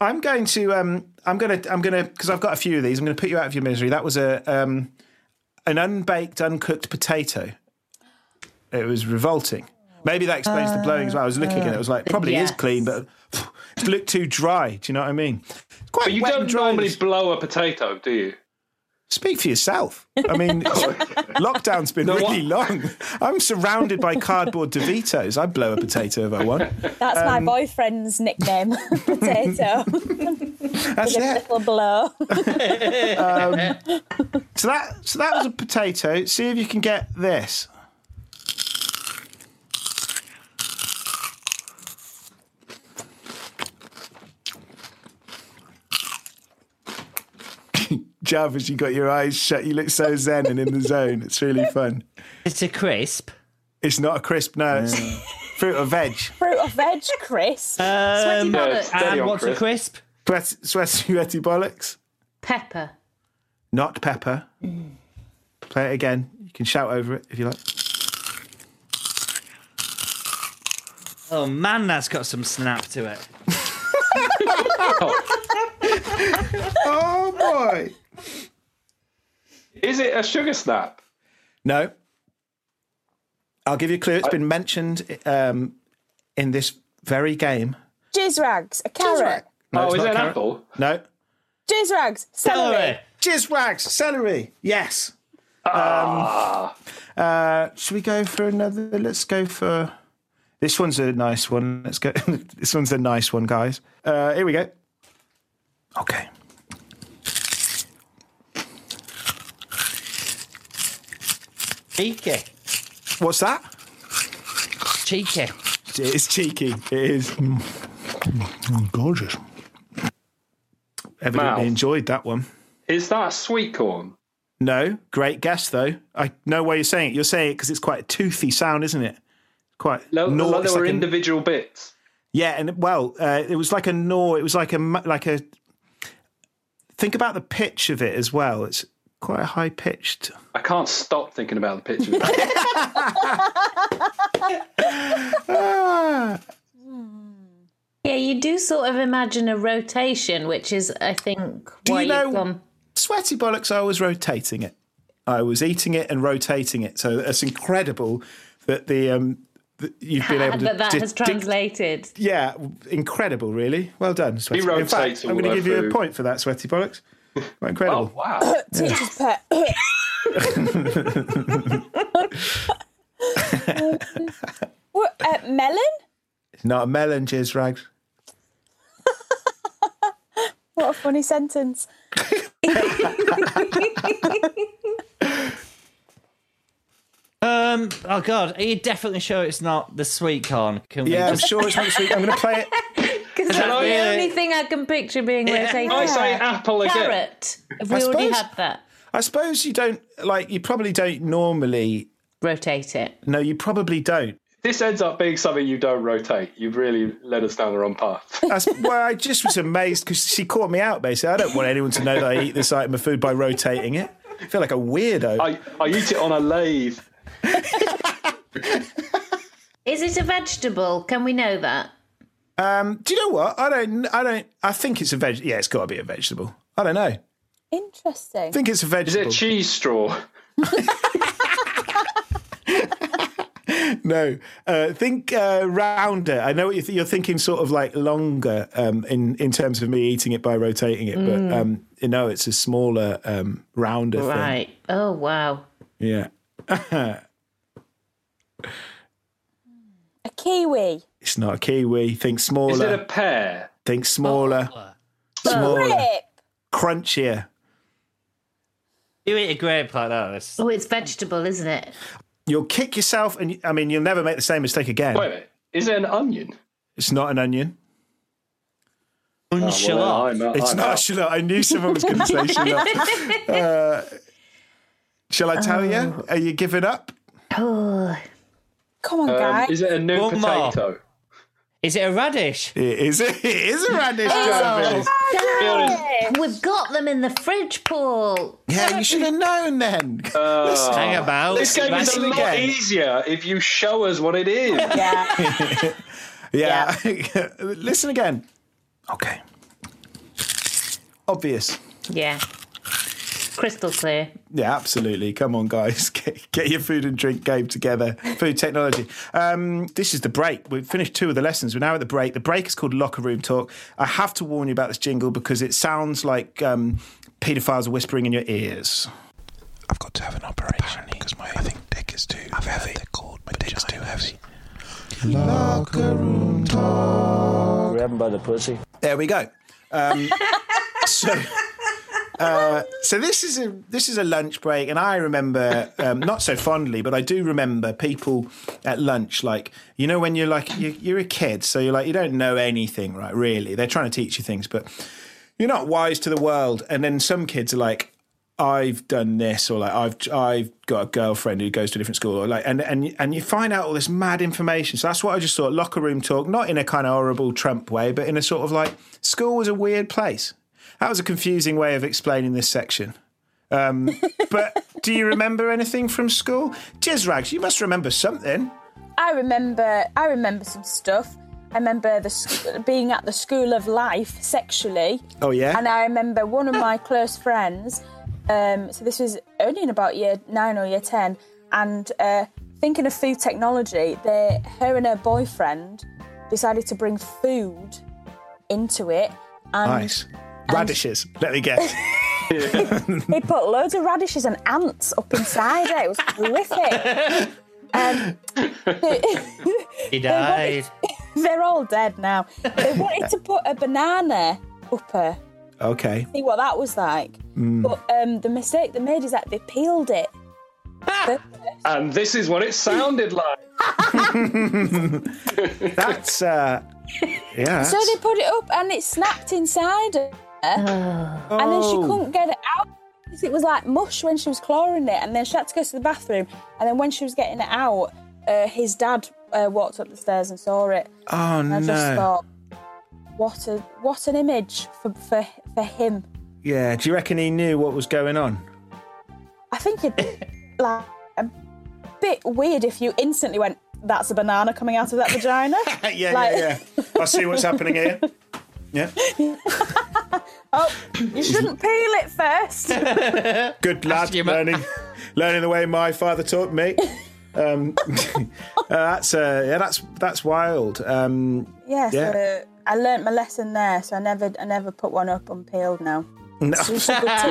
C: I'm going to um I'm gonna I'm gonna because I've got a few of these. I'm gonna put you out of your misery. That was a um an unbaked, uncooked potato. It was revolting. Maybe that explains the blowing as well. I was looking at it, I was like, probably is
G: yes.
C: clean, but it looked too dry. Do you know what I mean? It's quite
F: But you
C: wet
F: don't
C: and dry.
F: normally blow a potato, do you?
C: Speak for yourself. I
F: [laughs]
C: mean, lockdown's been
F: No,
C: really long. I'm surrounded by cardboard DeVitos. I'd blow a potato if I want.
D: That's my
C: Um,
D: boyfriend's nickname. [laughs]
C: [laughs]
D: Potato.
C: That's
D: Give
C: it.
D: it a little blow.
C: So that so that was a potato. See if you can get this. [laughs] Jarvis, you got your eyes shut. You look so zen and in the zone. It's really fun.
E: It's a crisp.
C: It's not a crisp, no. It's fruit or veg.
D: Fruit or veg, Chris.
C: Uh,
G: Sweaty
F: Yeah,
G: bollocks.
F: steady
E: And
F: on,
E: what's
F: Chris.
E: a crisp?
C: Sweat- sweat- Sweaty bollocks.
G: Pepper.
C: Not pepper. Play it again. You can shout over it if you like.
E: Oh man, that's got some snap to it.
C: Oh boy.
F: Is it a sugar snap?
C: No. I'll give you a clue. It's been mentioned um, in this very game.
D: Jizz rags. A carrot.
C: No,
F: oh,
C: it's
F: is
C: not
F: it an
C: carrot.
F: apple?
C: No.
D: Jizz rags. Celery.
E: Celery.
C: Jizwags, celery. Yes. Um, uh, should we go for another? Let's go for. This one's a nice one. Let's go. [laughs] this one's a nice one, guys. Uh, here we go. Okay.
E: Cheeky.
C: What's that?
E: Cheeky.
C: It's cheeky. It is. Mm. Mm, Gorgeous. Evidently
F: Mouth.
C: enjoyed that one.
F: Is that sweet corn?
C: No, great guess though. I know why you're saying it. You're saying it because it's quite a toothy sound, isn't it? Quite
F: No,
C: gnaw-
F: like
C: it's
F: there were
C: like a-
F: individual bits.
C: yeah, and well, uh, it was like a gnaw. It was like a mu- like a. Think about the pitch of it as well. It's quite a high pitched.
F: I can't stop thinking about
C: [laughs]
F: the pictures.
C: Ah,
G: Yeah, you do sort of imagine a rotation, which is, I think,
C: Do
G: why
C: you know-
G: have gone.
C: sweaty bollocks! I was rotating it. I was eating it and rotating it. So it's incredible that the um that you've been able to
G: That that
C: di-
G: has
C: dic-
G: [laughs] translated.
C: Yeah, incredible, really. Well done, Sweaty.
F: He
C: In fact,
F: rotates
C: I'm
F: all
C: going to
F: their
C: give you a
F: food.
C: point for that, Sweaty Bollocks. Quite incredible.
F: [laughs] oh, wow.
D: Teacher's pet. what, uh, melon?
C: Not a melon, jizz rags.
D: What a funny sentence.
E: Um. Oh god, are you definitely sure it's not the sweet corn? Can
C: Yeah,
E: we
F: [laughs]
C: I'm
E: just
C: sure it's next week. I'm going to play it.
G: Because that's
F: I-
G: the only thing I can picture being rotated.
F: I say apple again.
G: Carrot. If we already
C: suppose-
G: had that,
C: I suppose you don't, like, you probably don't normally.
G: rotate it.
C: No, you probably don't.
F: This ends up being something you don't rotate. You've really led us down the
C: [laughs]
F: wrong path.
C: That's well, I just was amazed because she caught me out, basically. I don't want anyone to know that I eat this item of food by rotating it. I feel like a weirdo.
F: I, I eat it on a lathe.
G: Is it a vegetable? Can we know that?
C: um, do you know what? I don't, I don't, I think it's a veg. Yeah, it's got to be a vegetable. I don't know. I
D: Interesting.
C: think it's a
F: Is it
C: vegetable.
F: a cheese straw?
C: No, uh, think uh, rounder. I know what you're, th- you're thinking, sort of like longer um, in in terms of me eating it by rotating it, but um, you know, it's a smaller, um, rounder
G: Right. Oh wow.
C: thing. Yeah.
D: kiwi?
C: It's not a kiwi. Think
F: Is
C: smaller.
F: it a pear?
C: Think smaller. Smaller.
D: Grape.
C: Crunchier.
E: You eat a grape like that. That's,
G: Oh, it's vegetable, isn't it?
C: You'll kick yourself, and I mean, you'll never make the same mistake again.
F: Wait a minute. Is it an onion?
C: It's not an onion.
F: Oh, well, I'm out-
C: It's
F: I'm
C: not a um,
F: out.
C: shallot. I knew someone was going to say shallot. Uh,
F: [laughs]
C: shall I tell you? Are you giving up?
G: Oh,
D: Come on, guys.
F: Um, is it a new
E: One more.
F: potato?
E: is it a radish?
C: It is. It is a radish, Jarvis.
G: we've got them in the fridge, Paul.
C: Yeah, you should have known then. Listen,
E: Hang about.
F: This game is a
C: Listen
F: lot
C: again.
F: easier if you show us what it is.
D: yeah.
C: yeah. [laughs] Listen again. Okay. Obvious.
G: Yeah. Crystal clear.
C: Yeah, absolutely. Come on, guys. [laughs] Get, get your food and drink game together. Food technology. Um, this is the break. We've finished two of the lessons. We're now at the break. The break is called Locker Room Talk. I have to warn you about this jingle because it sounds like um, paedophiles are whispering in your ears.
B: I've got to have an operation because my I think dick is too heavy. They're called my dick's too heavy. Locker room talk.
C: There we go. Um, so, uh, so this is a this is a lunch break, and I remember um, not so fondly, but I do remember people at lunch, like you know, when you're like you you're a kid, so you're like you don't know anything, right? Really, they're trying to teach you things, but you're not wise to the world. And then some kids are like, I've done this, or like I've I've got a girlfriend who goes to a different school, or like and and and you find out all this mad information. So that's what I just thought. Locker room talk, not in a kind of horrible Trump way, but in a sort of like school was a weird place. That was a confusing way of explaining this section. Um, [laughs] but do you remember anything from school? Jizz rags, you must remember something.
D: I remember. I remember some stuff. I remember the sc- being at the school of life sexually.
C: Oh yeah,
D: And um, I remember one of my close friends, um, so this was only in about year nine or year 10, and uh, thinking of food technology, they, her and her boyfriend decided to bring food into it. And
C: nice radishes. Let me
D: [laughs]
C: guess.
D: they put loads of radishes and ants up inside it. It was horrific. [laughs] Um, they-
E: He died.
D: they're all dead now. They wanted to put a banana up her
C: Okay,
D: see what that was like. But um, the mistake they made is that they peeled it.
F: And this is what it sounded like.
C: that's uh, yeah.
D: So they put it up and it snapped inside her. And then she couldn't get it out. 'cause It was like mush when she was clawing it. And then she had to go to the bathroom. And then when she was getting it out, uh, his dad uh, walked up the stairs and saw it.
C: oh
D: And I
C: no.
D: just thought, what a what an image for, for, for him.
C: Yeah, do you reckon he knew what was going on?
D: I think
C: [laughs]
D: it'd be like a bit weird if you instantly went, that's a banana coming out of that vagina.
C: [laughs] Yeah,
D: Like-
C: yeah, yeah. I see what's happening here. Yeah.
D: oh, You shouldn't peel
C: [laughs]
D: it first.
C: Good lad,
E: your mu-
C: learning, learning the way my father taught me. Um, [laughs] uh, that's uh, yeah, that's that's wild. Um,
D: yeah,
C: Yeah.
D: so I learnt my lesson there, so I never I never put one up unpeeled now.
C: no-
D: So you should go take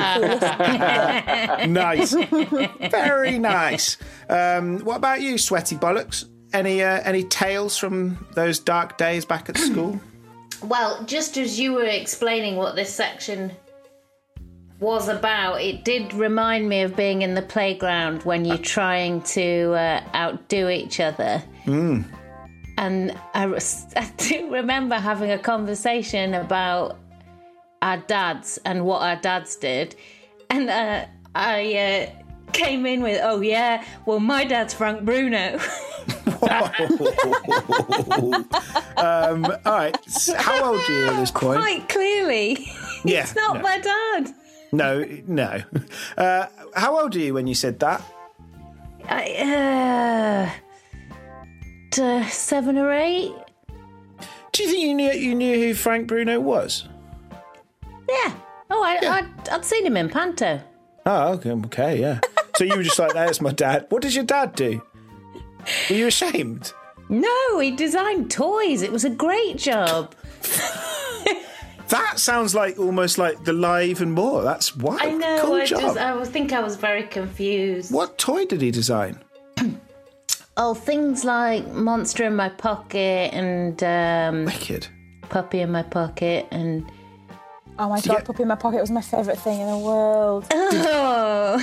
C: [laughs]
D: a listen.
C: nice,
G: [laughs]
C: very nice. Um, what about you, sweaty bollocks? Any uh, any tales from those dark days back at
G: [laughs]
C: school?
G: Well, just as you were explaining what this section was about, it did remind me of being in the playground when you're trying to uh, outdo each other. And I, was- [laughs] I do remember having a conversation about our dads and what our dads did. And uh, I uh, came in with, oh, yeah, well, my dad's Frank Bruno. [laughs]
C: um, all right, s- how old are you at this point?
G: Quite clearly, [laughs]
C: yeah,
G: it's not
C: no.
G: my dad.
C: No, no. Uh, how old are you when you said that?
G: I, uh, t- seven or eight.
C: Do you think you knew you knew who Frank Bruno was?
G: Yeah. Oh, I, I'd, I'd seen him in Panto.
C: Oh, okay, okay, yeah. So you were just like, "That's my dad." What does your dad do? Were you ashamed?
G: No, he designed toys. It was a great job.
C: That sounds like almost like the live and more. That's wild.
G: I know.
C: Cool
G: I um,
C: job.
G: just, I was- think I was very confused.
C: What toy did he design?
G: Oh, things like Monster in My Pocket and um,
C: Wicked.
G: Puppy in My Pocket and.
D: Oh my god, puppy in my pocket was my favourite thing in the world.
G: Oh.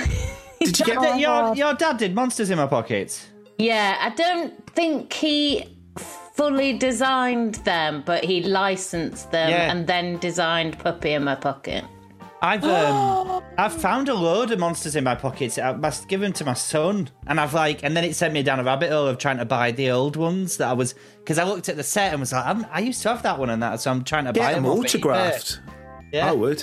C: Did you get
E: That your, your dad did Monsters in My Pocket.
G: Yeah, I don't think he fully designed them, but he licensed them
E: Yeah.
G: and then designed Puppy in My Pocket.
E: I've
G: [gasps]
E: um, I've found a load of monsters in my pockets. I must give them to my son, and I've like, and then it sent me down a rabbit hole of trying to buy the old ones that I was because I looked at the set and was like, I'm, I used to have that one and that, so I'm trying to buy
C: Get
E: them
C: them
E: off
C: autographed. Oh,
E: eBay. Yeah.
C: I would.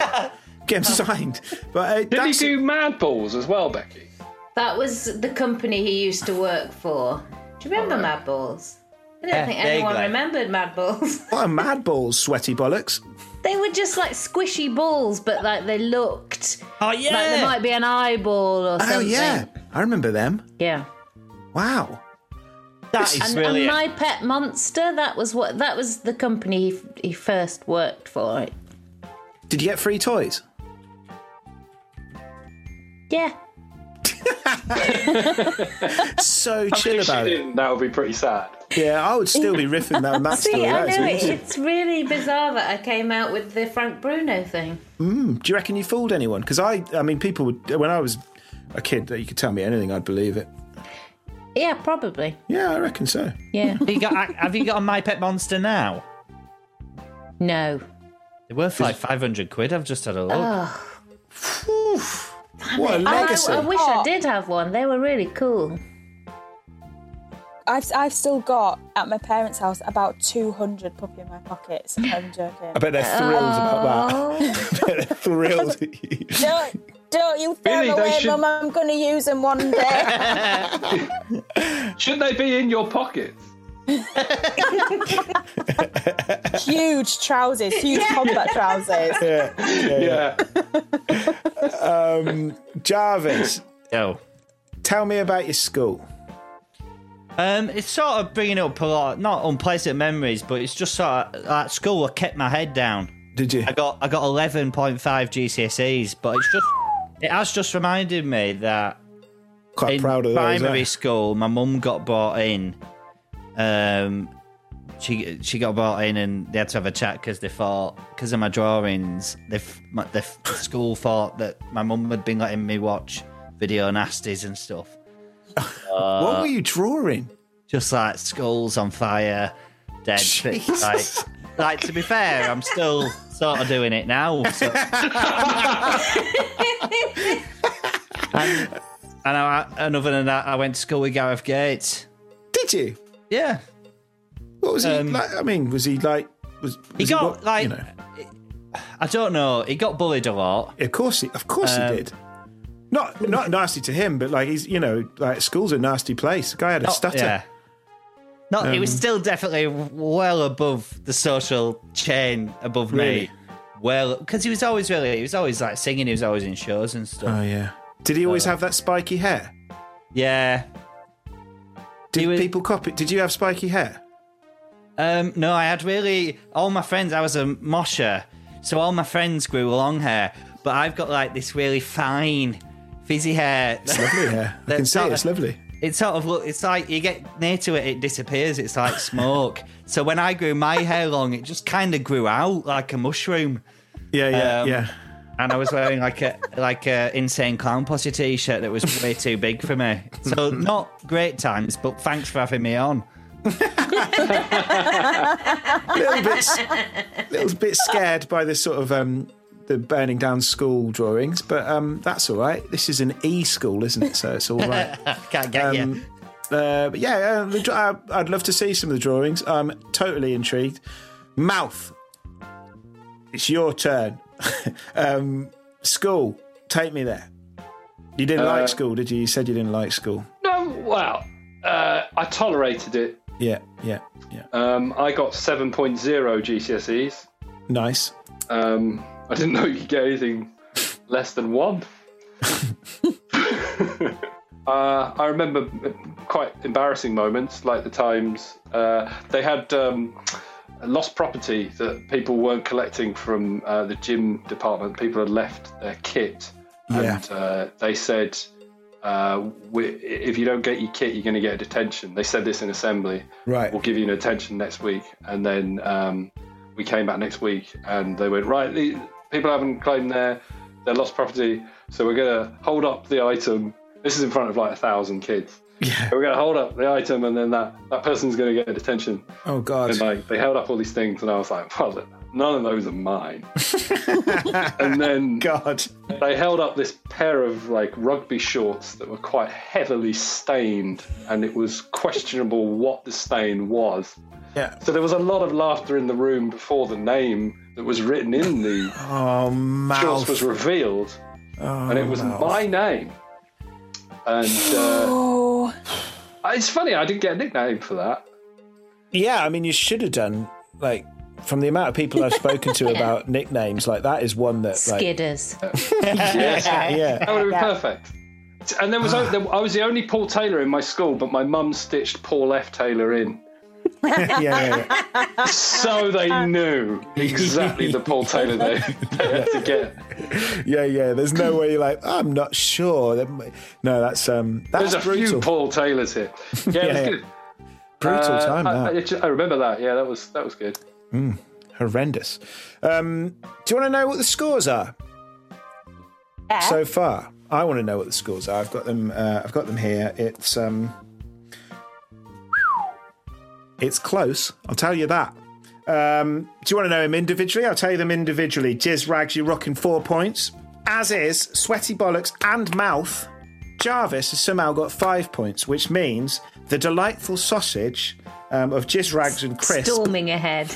C: Get them signed. But uh,
F: Did he
C: that's-
F: do Mad Balls as well, Becky?
G: That was the company he used to work for. Do you remember Mad Balls? I don't
E: Yeah,
G: think
E: vaguely.
G: anyone remembered Mad Balls. [laughs]
C: what a mad balls, sweaty bollocks.
G: they were just like squishy balls, but like they looked
E: Oh yeah.
G: like there might be an eyeball or something.
C: Oh yeah, I remember them.
G: Yeah.
C: Wow.
E: that is
G: And,
E: really.
G: and My Pet Monster, that was what that was the company he, he first worked for.
C: Did you get free toys?
G: Yeah.
C: So chill
F: If she
C: about it.
F: didn't, That would be pretty sad.
C: Yeah, I would still
G: [laughs]
C: be riffing that on that
G: See,
C: story.
G: I
C: That
G: know
C: is
G: it.
C: awesome.
G: It's really bizarre that I came out with the Frank Bruno thing.
C: Do you reckon you fooled anyone? Because I, I mean, people would when I was a kid, that you could tell me anything, I'd believe it.
G: Yeah, probably.
C: Yeah, I reckon so.
G: Yeah.
E: Have you
G: [laughs]
E: got, have you got a My Pet Monster now?
G: no.
E: They're worth like five hundred quid. I've just had a look.
G: Ah.
C: Oof. What a
G: I,
C: legacy!
G: I wish I
D: Oh.
G: did have one. They were really cool.
D: I've, I've still got at my parents' house about 200 puppy in my pockets. I'm joking.
C: I bet they're thrilled about
G: Oh.
C: that. I [laughs] bet they're thrilled. at you.
D: Don't, don't you throw
F: Really,
D: them
F: they
D: away,
F: should-
D: Mum. I'm going to use them one day.
C: [laughs]
F: Should they be in your pockets?
D: huge trousers, huge combat trousers.
F: Yeah. [laughs]
C: Jarvis,
E: Oh.
C: tell me about your school.
E: Um, it's sort of bringing up a lot, not unpleasant memories, but it's just sort of at school I kept my head down.
C: Did you?
E: I got I got eleven point five GCSEs, but it's just it has just reminded me that
C: Quite
E: in
C: proud of those.
E: primary
C: eh?
E: school my mum got brought in. Um, she she got brought in and they had to have a chat because they thought because of my drawings, they f- my- the f- the school thought that my mum had been letting me watch video nasties and stuff.
C: What
E: uh,
C: were you drawing?
E: just like skulls on fire,
C: [laughs]
E: dead. Bits, like, like to be fair, I'm still sort of doing it now.
C: [laughs]
E: So. and, and, I, and other than that, I went to school with Gareth Gates.
C: Did you?
E: Yeah,
C: What was he
E: Um,
C: like? I mean, was he like? Was, was
E: he got
C: what-
E: like.
C: You know,
E: I don't know. He got bullied a lot.
C: of course, he, of course,
E: Um,
C: he did. Not not nasty to him, but like he's you know like school's a nasty place. The guy had a
E: Not-
C: stutter.
E: Oh,
C: Um,
E: Yeah. Not, it was still definitely well above the social chain above
C: Really?
E: me. Well, because he was always really, he was always like singing, he was always in shows and stuff.
C: Oh yeah. Did he
E: Uh,
C: always have that spiky hair?
E: Yeah,
C: Did
E: he was-
C: people copy? Did you have spiky hair?
E: Um, no, I had really all my friends. I was a mosher, so all my friends grew long hair, but I've got like this really fine, fizzy hair. [laughs]
C: It's lovely hair. I
E: That
C: can see
E: sort
C: it.
E: of-
C: It's lovely.
E: It sort of look. It's like you get near to it, it disappears. It's like smoke. [laughs] so when I grew my hair long, it just kind of grew out like a mushroom,
C: Yeah, yeah,
E: Um,
C: yeah.
E: and I was wearing like a like a insane clown posse t-shirt that was way too big for me. So not great times, but thanks for having me on.
C: little bit, little bit scared by the sort of um, the burning down school drawings, but um, that's all right. This is an e school, isn't it? So it's all right.
E: Can't get
C: Um,
E: you.
C: Uh, but yeah, uh, the dra- uh, I'd love to see some of the drawings. I'm totally intrigued. Mouth, it's your turn. [laughs] um, school, take me there. You didn't
F: Uh,
C: like school, did you? You said you didn't like school.
F: No, well, uh, I tolerated it.
C: Yeah, yeah, yeah.
F: Um, I got 7.0 GCSEs.
C: nice.
F: Um, I didn't know you could get anything less than one. uh, I remember quite embarrassing moments, like the times uh, they had um, lost property that people weren't collecting from uh, the gym department. People had left their kit,
C: Yeah.
F: and uh, they said, uh, we, if you don't get your kit, you're going to get a detention. They said this in assembly.
C: Right.
F: We'll give you an attention next week. And then um, we came back next week and they went, right, the, people haven't claimed their, their lost property. So we're going to hold up the item. This is in front of like a thousand kids. Yeah. We're going to hold up the item and then that, that person's going to get a detention.
C: Oh God.
F: And like they held up all these things and I was like, well, none of those
C: [laughs]
F: are mine. and then
C: God.
F: they held up this pair of like rugby shorts that were quite heavily stained and it was questionable what the stain was
C: Yeah.
F: so there was a lot of laughter in the room before the name that was written
C: [laughs]
F: in the
C: Oh,
F: shorts
C: mouth.
F: was revealed and it
C: Oh,
F: was my name and uh, it's funny i didn't get a nickname for that
C: Yeah, I mean, you should have done like from the amount of people I've spoken to about nicknames. Like that is one that like
G: Skidders.
F: yes
C: [laughs] yeah.
F: that would have been perfect and there was o- there, i was the only paul taylor in my school but my mum stitched paul f taylor in
C: yeah, yeah, yeah.
F: So they
C: [laughs]
F: knew exactly the Paul Taylor they, they had to get.
C: yeah, yeah. There's no way you're like I'm not sure. That might- No, that's um, [laughs] that's
F: There's a few
C: brutal,
F: Paul Taylors here. Yeah, it was
C: Yeah.
F: good.
C: brutal
F: Uh,
C: time.
F: I, I,
C: That.
F: ju- I remember that. Yeah, that was that was good.
C: Horrendous. Um, do you want to know what the scores are
D: Yeah.
C: so far? I want to know what the scores are. I've got them. Uh, I've got them here. It's um, it's close. I'll tell you that. Um, do you want to know him individually? I'll tell you them individually. Jizz Rags, you're rocking four points. As is, Sweaty Bollocks and Mouth. Jarvis has somehow got five points, which means the delightful sausage um, of Jizz Rags and Chris.
G: Storming ahead.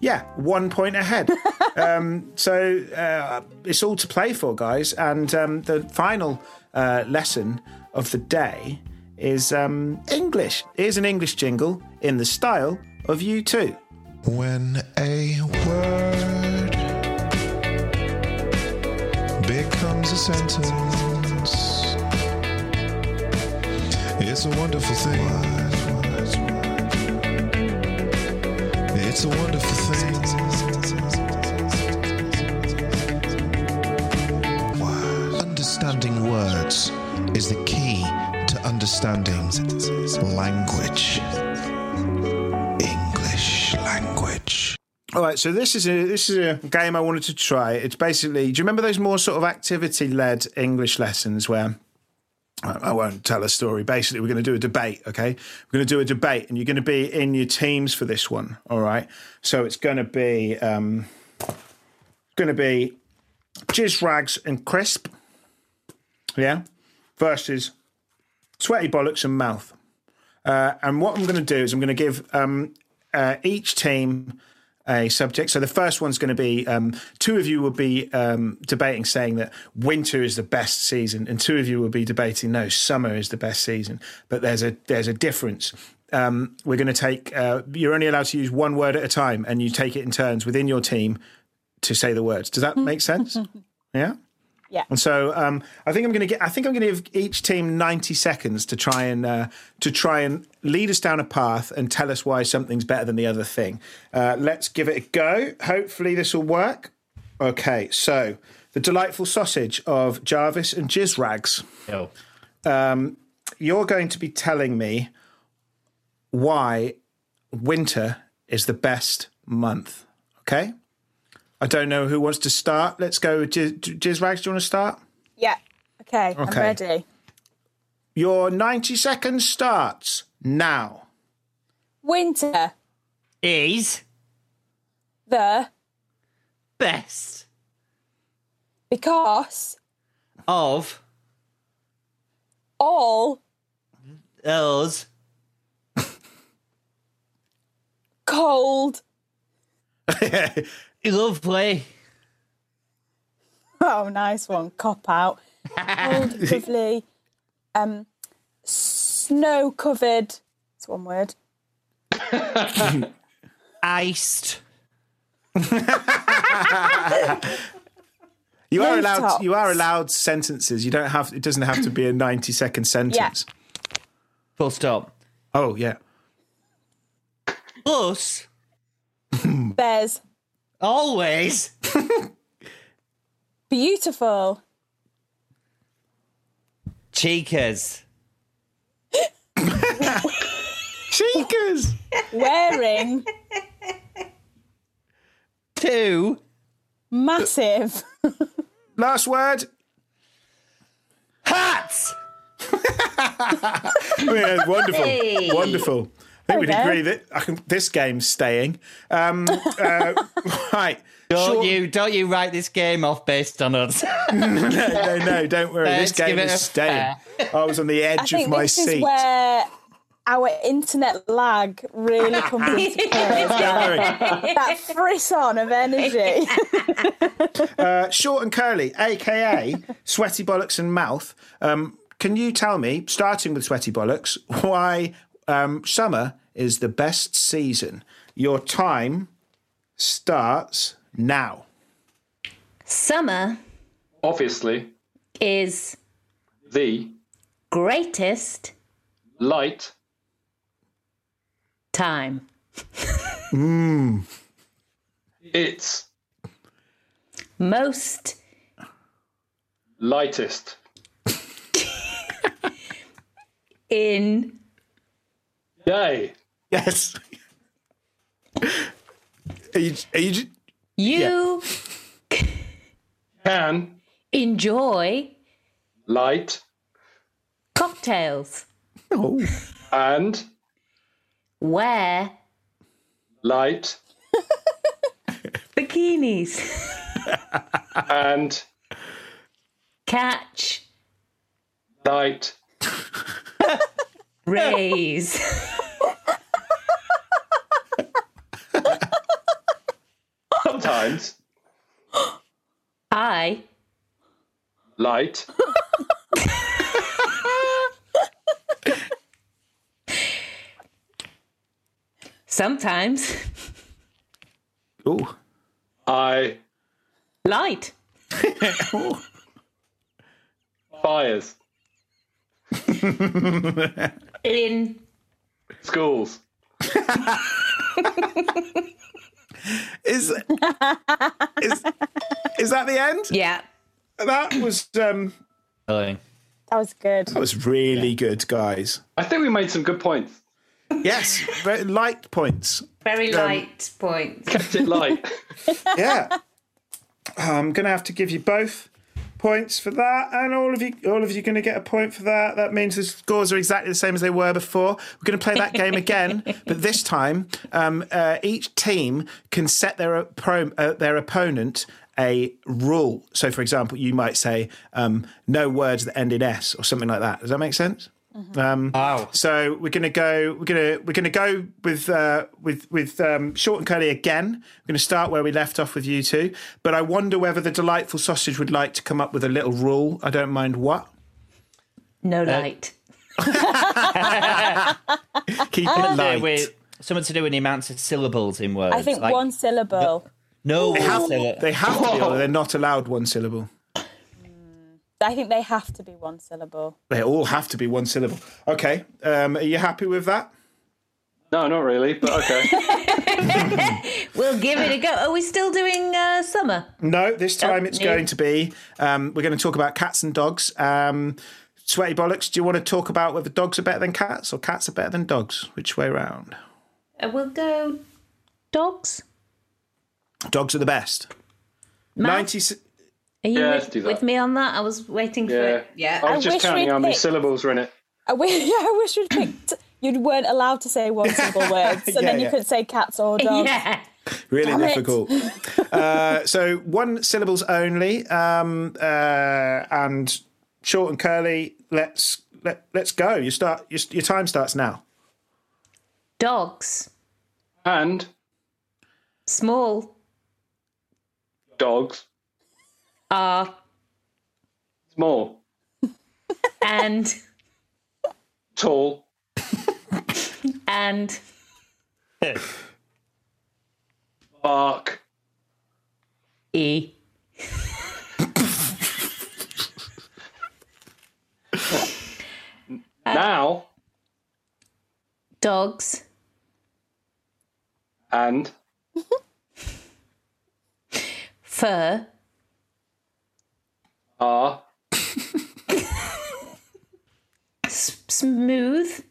C: Yeah, one point ahead. um, so uh, it's all to play for, guys. And um, the final uh, lesson of the day is um, English. Here's an English jingle in the style of you two.
B: When a word becomes a sentence, it's a wonderful thing. It's a wonderful thing. Understanding words is the key to understanding language. English language.
C: All right, so this is a this is a game I wanted to try. It's basically, do you remember those more sort of activity led English lessons where I I won't tell a story. Basically, we're going to do a debate, okay? We're going to do a debate, and you're going to be in your teams for this one, all right? So it's going to be um, going to be Jizz Rags and Crisp, yeah, versus Sweaty Bollocks and Mouth. Uh, and what I'm going to do is I'm going to give um, uh, each team a subject. So the first one's going to be um, two of you will be um, debating saying that winter is the best season, and two of you will be debating no, summer is the best season. But there's a there's a difference. Um, we're going to take. Uh, you're only allowed to use one word at a time, and you take it in turns within your team to say the words. Does that make sense? yeah.
D: Yeah.
C: And so um, I think I'm going to get. I think I'm going to give each team 90 seconds to try and uh, to try and lead us down a path and tell us why something's better than the other thing. Uh, let's give it a go. Hopefully this will work. Okay. So the delightful sausage of Jarvis and Jizz Rags. Um,
E: Yo.
C: You're going to be telling me why winter is the best month. Okay. I don't know who wants to start. Let's go. with Jiz Jizz Rags, do you want to start?
D: yeah. Okay, I'm
C: Okay.
D: ready.
C: Your 90 seconds starts now.
D: Winter,
E: Is
D: the,
E: best
D: because,
E: of
D: all,
E: us
D: cold.
E: lovely
D: [laughs] Oh, nice one. Cop out. Cold,
C: [laughs]
D: lovely. Um, snow covered. It's one word.
E: iced
C: You are allowed
D: Rooftops.
C: you are allowed sentences. You don't have it doesn't have to be a 90 second sentence.
E: full stop
C: Oh yeah.
E: plus
D: Bears,
E: always
D: beautiful.
E: Cheekers.
C: Cheekers. [laughs]
D: Wearing
E: Two.
D: massive
C: Last
D: [laughs]
C: word.
E: Hats.
C: I mean, that's wonderful.
G: Hey.
C: Wonderful. I think we'd
D: There we go.
C: agree that I can, this game's staying.
D: [laughs]
C: Um, uh, right.
E: Don't
C: Short-
E: you don't you write this game off based on us.
C: No, no, don't worry.
E: Let's
C: this game
E: give it
C: is
E: a
C: staying. I was on the
D: [laughs] I
C: edge of
D: think
C: my
D: this
C: seat.
D: is where our internet lag really comes into play.
C: Don't worry.
D: that frisson of energy.
C: Uh, short and curly, aka sweaty bollocks and mouth. Um, can you tell me, starting with sweaty bollocks, why um, summer is the best season? Your time starts now. [laughs]
G: Summer
F: Obviously,
G: is
F: the
G: greatest
F: light.
G: time.
F: It's
G: Most
F: lightest.
G: in
F: Yay.
C: Yes. Are you, are you j-
G: you
F: Can
G: enjoy
F: light
G: cocktails.
C: oh,
F: and
G: Wear
F: light
G: bikinis.
F: and
G: Catch
F: light.
G: rays.
F: Sometimes
G: I
F: light
G: sometimes
C: oh,
F: I
G: light
F: fires
G: in
F: schools.
C: is is is that the end?
G: yeah.
C: That was um,
E: Hello.
D: That was good.
C: that was really good, guys.
F: I think we made some good points.
C: Yes, very light points.
G: Very light points.
F: Kept it
C: [laughs]
F: light.
C: yeah. I'm gonna have to give you both points for that, and all of you, all of you, going to get a point for that. That means the scores are exactly the same as they were before. We're going to play that game again, but this time, um, uh, each team can set their oppo- uh, their opponent a rule. So, for example, you might say um, no words that end in s or something like that. Does that make sense?
E: Wow.
C: So we're gonna go. We're gonna we're gonna go with uh, with with um, short and curly again. We're gonna start where we left off with you two. But I wonder whether the delightful sausage would like to come up with a little rule. I don't mind what.
G: No light.
C: Keep it
E: Something to
C: light.
E: do with- Something to do with the amount of syllables in words.
D: I think
E: like,
D: one syllable.
E: No one
C: They have,
E: syllable.
C: they have to be. Or they're not allowed one syllable.
D: I think they have to be one syllable.
C: They all have to be one syllable. Okay. Um, are you happy with that?
F: No, not really, but okay.
G: We'll give it a go. Are we still doing uh, summer?
C: No, this time it's
G: no.
C: going to be. Um, we're going to talk about cats and dogs. Um, sweaty bollocks. Do you want to talk about whether dogs are better than cats or cats are better than dogs? Which way round?
G: Uh, we'll go dogs.
C: Dogs are the best.
G: Matt,
C: 90. s-
G: are you
F: Yeah,
G: with,
F: let's do that.
G: with me on that? I was waiting for
F: Yeah.
G: it. Yeah.
F: I
D: I
F: was just
D: wish
F: counting
D: we'd
F: how many
D: picked-
F: syllables were in it.
D: I wish, [laughs] yeah, I wish we'd picked. You weren't allowed to
C: [laughs]
D: say one single word,
C: Yeah,
D: so then you
C: yeah.
D: could say cats or dogs.
G: [laughs] Yeah.
C: Really
D: Damn it. [laughs]
C: difficult. uh, so one syllables only. Um, uh, and short and curly. Let's let let's go. You start. Your, your time starts now.
G: Dogs.
F: And
G: Small
F: dogs,
G: are
F: small,
G: and [laughs]
F: tall,
G: and
F: bark,
G: e.
F: now,
G: Dogs
F: and
G: fur
F: are
G: smooth.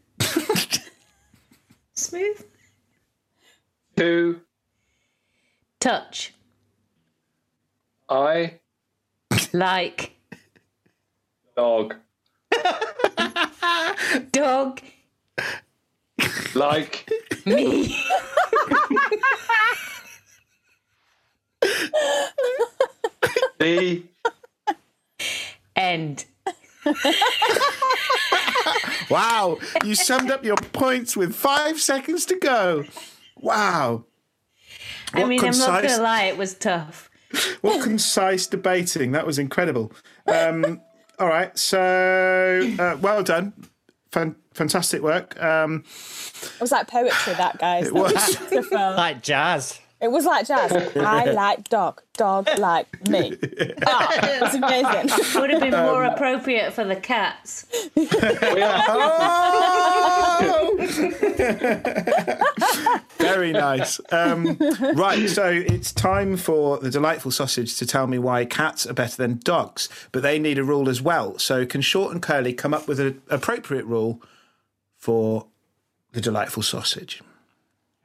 G: smooth?
F: Two,
G: Touch.
F: I,
G: Like.
F: dog,
G: Dog.
F: like,
G: Me.
F: the,
G: End.
C: Wow, you summed up your points with five seconds to go. Wow,
G: I
C: What
G: mean, I'm not
C: concise-
G: gonna lie, it was tough.
C: what concise debating! That was incredible. Um, [laughs] all right, so uh, well done, Fan- fantastic work. Um,
D: It was like poetry, that, guys. That
C: was.
D: beautiful.
E: Like jazz.
D: It was like jazz. I like dog. Dog like me. Ah, it was amazing.
G: Would
F: [laughs]
G: have been more
F: Um,
G: appropriate for the cats.
F: we are,
C: Very nice. Um, right, so it's time for the delightful sausage to tell me why cats are better than dogs, but they need a rule as well. So can Short and Curly come up with an appropriate rule for the delightful sausage?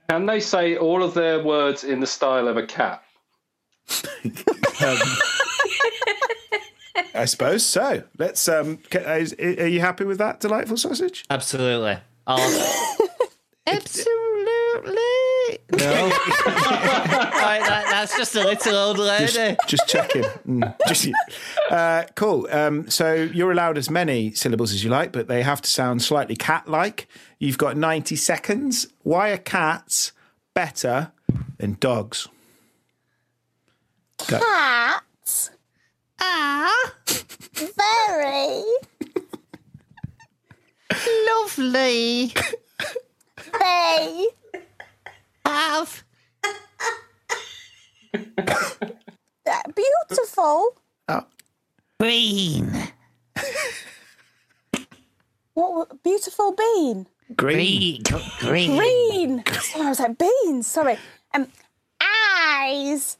F: can they say all of their words in the style of a cat?
C: Um, I suppose so. Let's. Um, ca- is, are you happy with that delightful sausage?
E: Absolutely.
D: [laughs]
E: I'll... Absolutely. [laughs] No. Like that- that's just a little old lady.
C: Just checking. Mm, just uh, cool. Um, so you're allowed as many syllables as you like, but they have to sound slightly cat-like. You've got 90 seconds. Why are cats better than dogs?
I: Cats are very
E: Lovely.
I: they
E: Have
I: they're beautiful.
E: green.
D: What were- beautiful bean.
C: Green.
E: Green.
D: Bean. Sorry, [laughs] I was like beans. Sorry. Um,
I: Eyes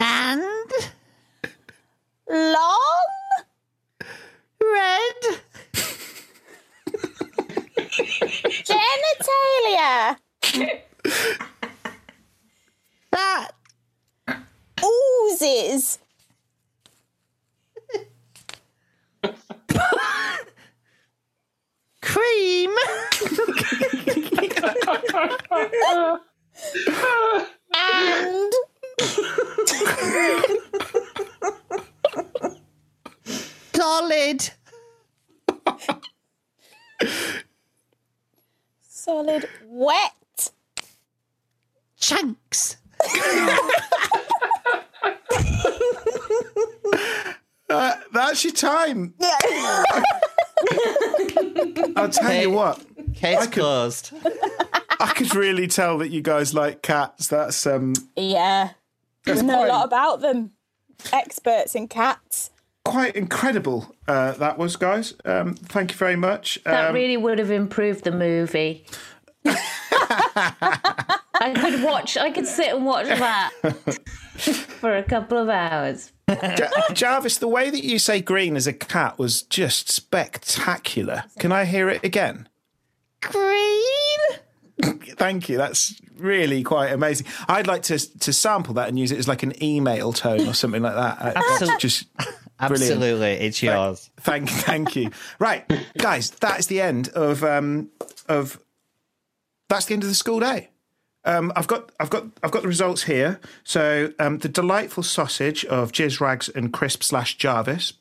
E: And
I: long.
E: red.
I: Genitalia.
E: That
I: Oozes.
E: cream.
I: And
E: Solid.
D: solid.
I: wet.
E: Chunks.
C: That's your time. I'll tell you what.
E: Case
C: could- [laughs]
E: closed.
C: I could really tell that you guys like cats. That's um,
D: Yeah. We know a lot about them. Experts in cats.
C: quite incredible. Uh, that was, guys. Um, thank you very much.
G: That
C: Um,
G: really would have improved the movie. I could watch. I could sit and watch that for a couple of hours.
C: Ja- [laughs] Jarvis, the way that you say green as a cat was just spectacular. Can I hear it again?
E: Green.
C: [laughs] Thank you. That's really quite amazing. I'd like to to sample that and use it as like an email tone or something like that. I- that's
E: Absolute-
C: Just brilliant.
E: [laughs] Absolutely. It's yours.
C: Thank, [laughs] thank you. Right, guys, that is the end of um of that's the end of the school day. Um, I've got I've got I've got the results here. So um, the delightful sausage of Jizz Rags and Crisp slash Jarvis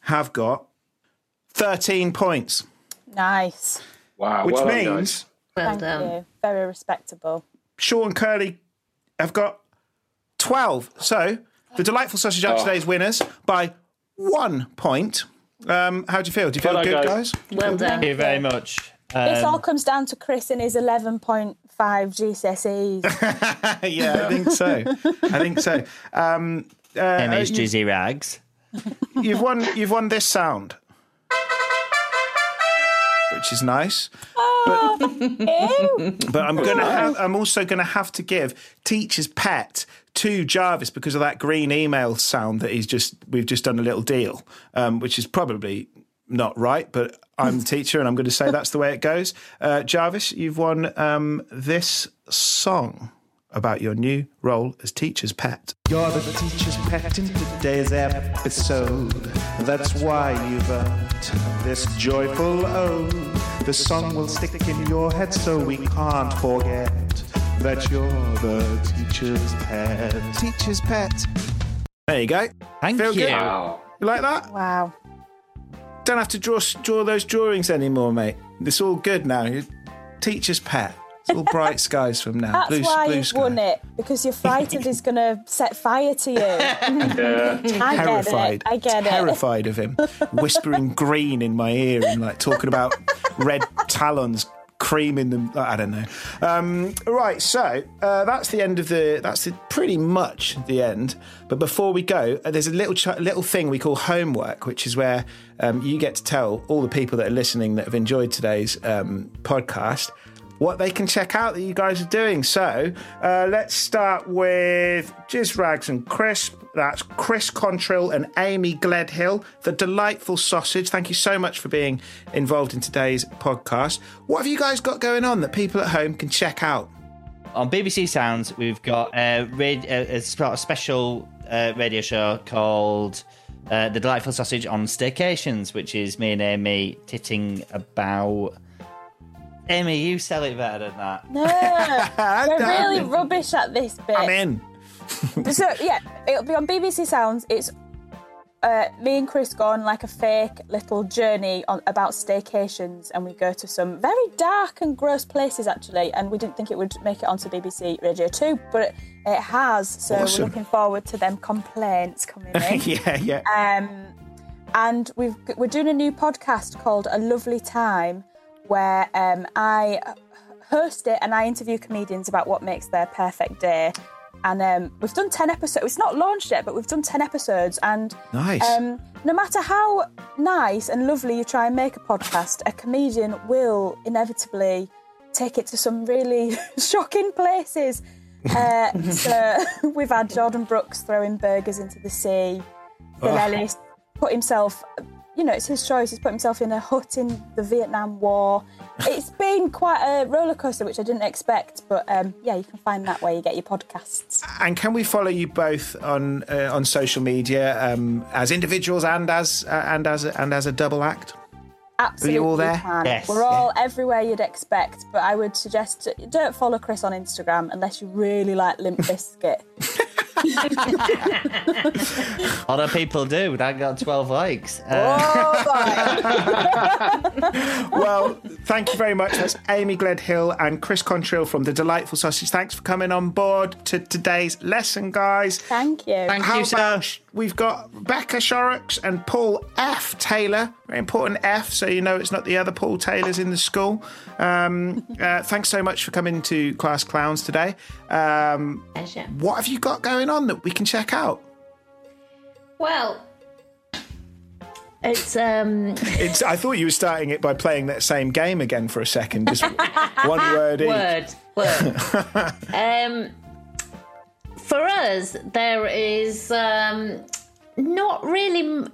C: have got thirteen points,
D: Nice.
F: Wow,
C: which
F: well done, guys.
C: means
G: Well
D: Thank
G: done.
D: you. Very respectable.
C: Shaw and Curly have got twelve. So the delightful
F: Ah.
C: sausage are today's winners by one point. Um, how do you feel? Do you feel
F: Well done,
C: good,
F: guys.
C: guys?
G: Well
E: Thank
G: done.
E: you very much.
D: This
C: Um,
D: all comes down to Chris and his 11.5
C: [laughs]
D: GCSEs.
C: yeah, I think so. I think so. Uh,
E: Name is Jizzy Rags.
C: You've won. You've won this sound, which is nice.
D: Ew.
C: But I'm gonna. Have, I'm also gonna have to give teacher's pet to Jarvis because of that green email sound that he's just. We've just done a little deal, um, which is probably not right, but I'm the teacher and I'm going to say that's the way it goes. Uh, Jarvis, you've won um, this song about your new role as teacher's pet. You're the teacher's pet in today's episode. That's why you've earned this joyful ode. The song will stick in your head so we can't forget that you're the teacher's pet.
B: Teacher's pet.
C: There you go.
E: Thank
C: Feel
E: you.
C: good?
F: Wow.
C: You like that?
I: Wow.
C: Don't have to draw draw those drawings anymore, mate. It's all good now. You're teacher's pet. It's
D: [laughs]
C: all bright skies from now.
D: That's
C: blue,
D: why
C: blue
D: you've
C: sky.
D: won it because you're frightened he's going to set
C: [laughs]
D: fire to you.
F: Yeah.
D: I
C: terrified.
D: get it. I get it.
C: terrified of
D: [laughs]
C: him, whispering green in my ear and like talking about red talons creaming them. I don't know. Um, right, so uh, that's the end of the. That's the, pretty much the end. But before we go, uh, there's a little ch- little thing we call homework, which is where um, you get to tell all the people that are listening that have enjoyed today's um, podcast. What they can check out that you guys are doing. So uh, let's start with Jizz Rags and Crisp. That's Chris Contrill and Amy Gledhill, the delightful sausage. Thank you so much for being involved in today's podcast. What have you guys got going on that people at home can check out?
E: on BBC Sounds, we've got a, rad- a, a sp- a special uh, radio show called uh, The Delightful Sausage on Staycations, which is me and Amy titting about. Amy, you sell it better than that.
C: [laughs]
D: No, we're really rubbish at this bit.
C: I'm in.
D: So yeah, it'll be on BBC Sounds. It's uh, me and Chris go on like a fake little journey on about staycations, and we go to some very dark and gross places actually. And we didn't think it would make it onto BBC Radio Two, but it, it has. So
C: Awesome.
D: we're looking forward to them complaints coming in.
C: yeah, yeah.
D: Um, and we've we're doing a new podcast called A Lovely Time, where um, I host it and I interview comedians about what makes their perfect day. And um, we've done ten episodes. It's not launched yet, but we've done ten episodes. And
C: Nice.
D: um, no matter how nice and lovely you try and make a podcast, a comedian will inevitably take it to some really [laughs] shocking places. Uh, so [laughs] we've had Jordan Brooks throwing burgers into the sea. Phil Ellis put himself, you know, it's his choice. He's put himself in a hut in the Vietnam War. It's been quite a roller coaster, which I didn't expect. But um, yeah, you can find that where you get your podcasts.
C: and can we follow you both on uh, on social media um, as individuals and as uh, and as and as a double act?
D: Absolutely,
C: all there?
D: Can.
E: Yes.
D: We're all everywhere you'd expect, but I would suggest don't follow Chris on Instagram unless you really like
C: [laughs]
D: Limp Bizkit.
E: Other people do, but I got 12 likes. Uh,
D: oh, boy.
C: Well, thank you very much. That's Amy Gledhill and Chris Contrill from The Delightful Sausage. Thanks for coming on board to today's lesson, guys.
D: Thank you.
E: thank
C: How
E: you, sir.
C: about we've got Becca Shorrocks and Paul F. Taylor, very important F, so you know it's not the other Paul Taylors in the school. Um, [laughs] uh, thanks so much for coming to Class Clowns today. Um,
G: Pleasure.
C: what have you got going on that we can check out?
G: Well, it's um
C: It's, I thought you were starting it by playing that same game again for a second, just [laughs] one word each.
G: word word.
C: [laughs]
G: um, for us, there is um not really m-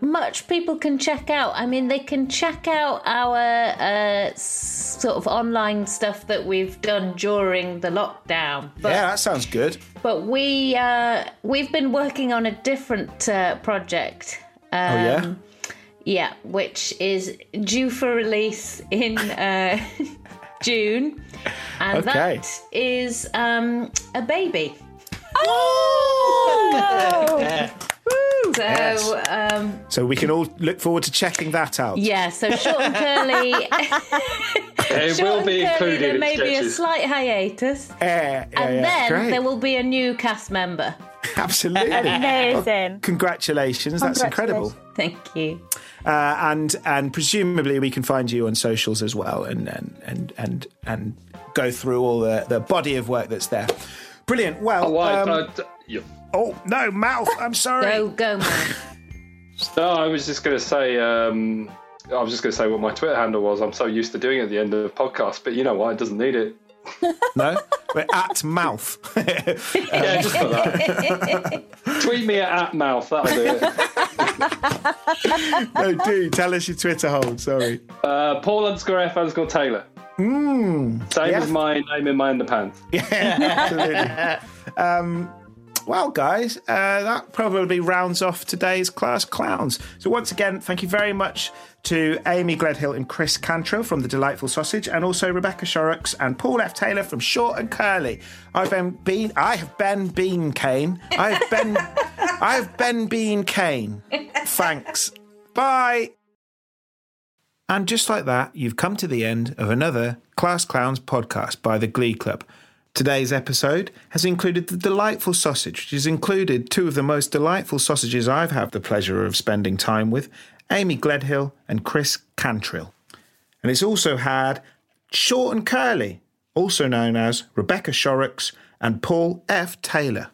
G: much people can check out. I mean, they can check out our uh, sort of online stuff that we've done during the lockdown, but.
C: Yeah, that sounds good.
G: But we uh, we've been working on a different uh, project. Um,
C: Oh, yeah?
G: yeah, which is due for release
C: [laughs]
G: in uh, June, and
C: Okay. Oh!
G: that is um, a baby. Oh!
C: [laughs]
G: So
C: Yes.
G: um,
C: So we can all look forward to checking that out.
G: yeah, so short and
C: [laughs]
G: curly.
F: It will be included
G: There
F: in
G: may be a
F: sketches.
G: slight hiatus,
C: Yeah, yeah,
G: and
C: yeah.
G: then
C: Great.
G: there will be a new cast member. [laughs]
C: absolutely.
D: Amazing.
C: Congratulations, that's incredible.
G: Thank you.
C: Uh, and and presumably we can find you on socials as well, and and and and, and go through all the, the body of work that's there. Brilliant. Well,
F: Why?
C: um,
F: uh, d- yeah.
C: oh no, mouth. I'm sorry.
G: Go go, man.
F: No, I was just going to say. Um, I was just going to say what my Twitter handle was. I'm so used to doing it at the end of the podcast, but you know what? It doesn't need it.
C: No, we're at mouth. [laughs]
F: Yeah, just for that. Tweet me at, at mouth. That'll do it.
C: no, do tell us your Twitter hold. Sorry.
F: Uh, Paul underscore F underscore Taylor. Mmm. Same
C: yeah.
F: as my name in my underpants.
C: Absolutely. um, well, guys, uh, that probably rounds off today's Class Clowns. So, once again, thank you very much to Amy Gledhill and Chris Cantrell from The Delightful Sausage, and also Rebecca Shorrocks and Paul F. Taylor from Short and Curly. I've been Bean. I have Ben Bean Kane. I have Ben. I have Ben Bean Kane. Thanks. Bye. And just like that, you've come to the end of another Class Clowns podcast by the Glee Club. Today's episode has included the delightful sausage, which has included two of the most delightful sausages I've had the pleasure of spending time with Amy Gledhill and Chris Cantrill. And it's also had Short and Curly, also known as Rebecca Shorrocks and Paul F. Taylor.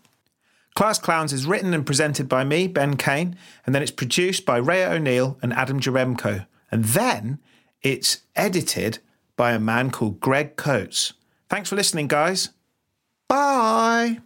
C: Class Clowns is written and presented by me, Ben Kane, and then it's produced by Rhea O'Neill and Adam Jaremko. And then it's edited by a man called Greg Coates. Thanks for listening, guys. Bye.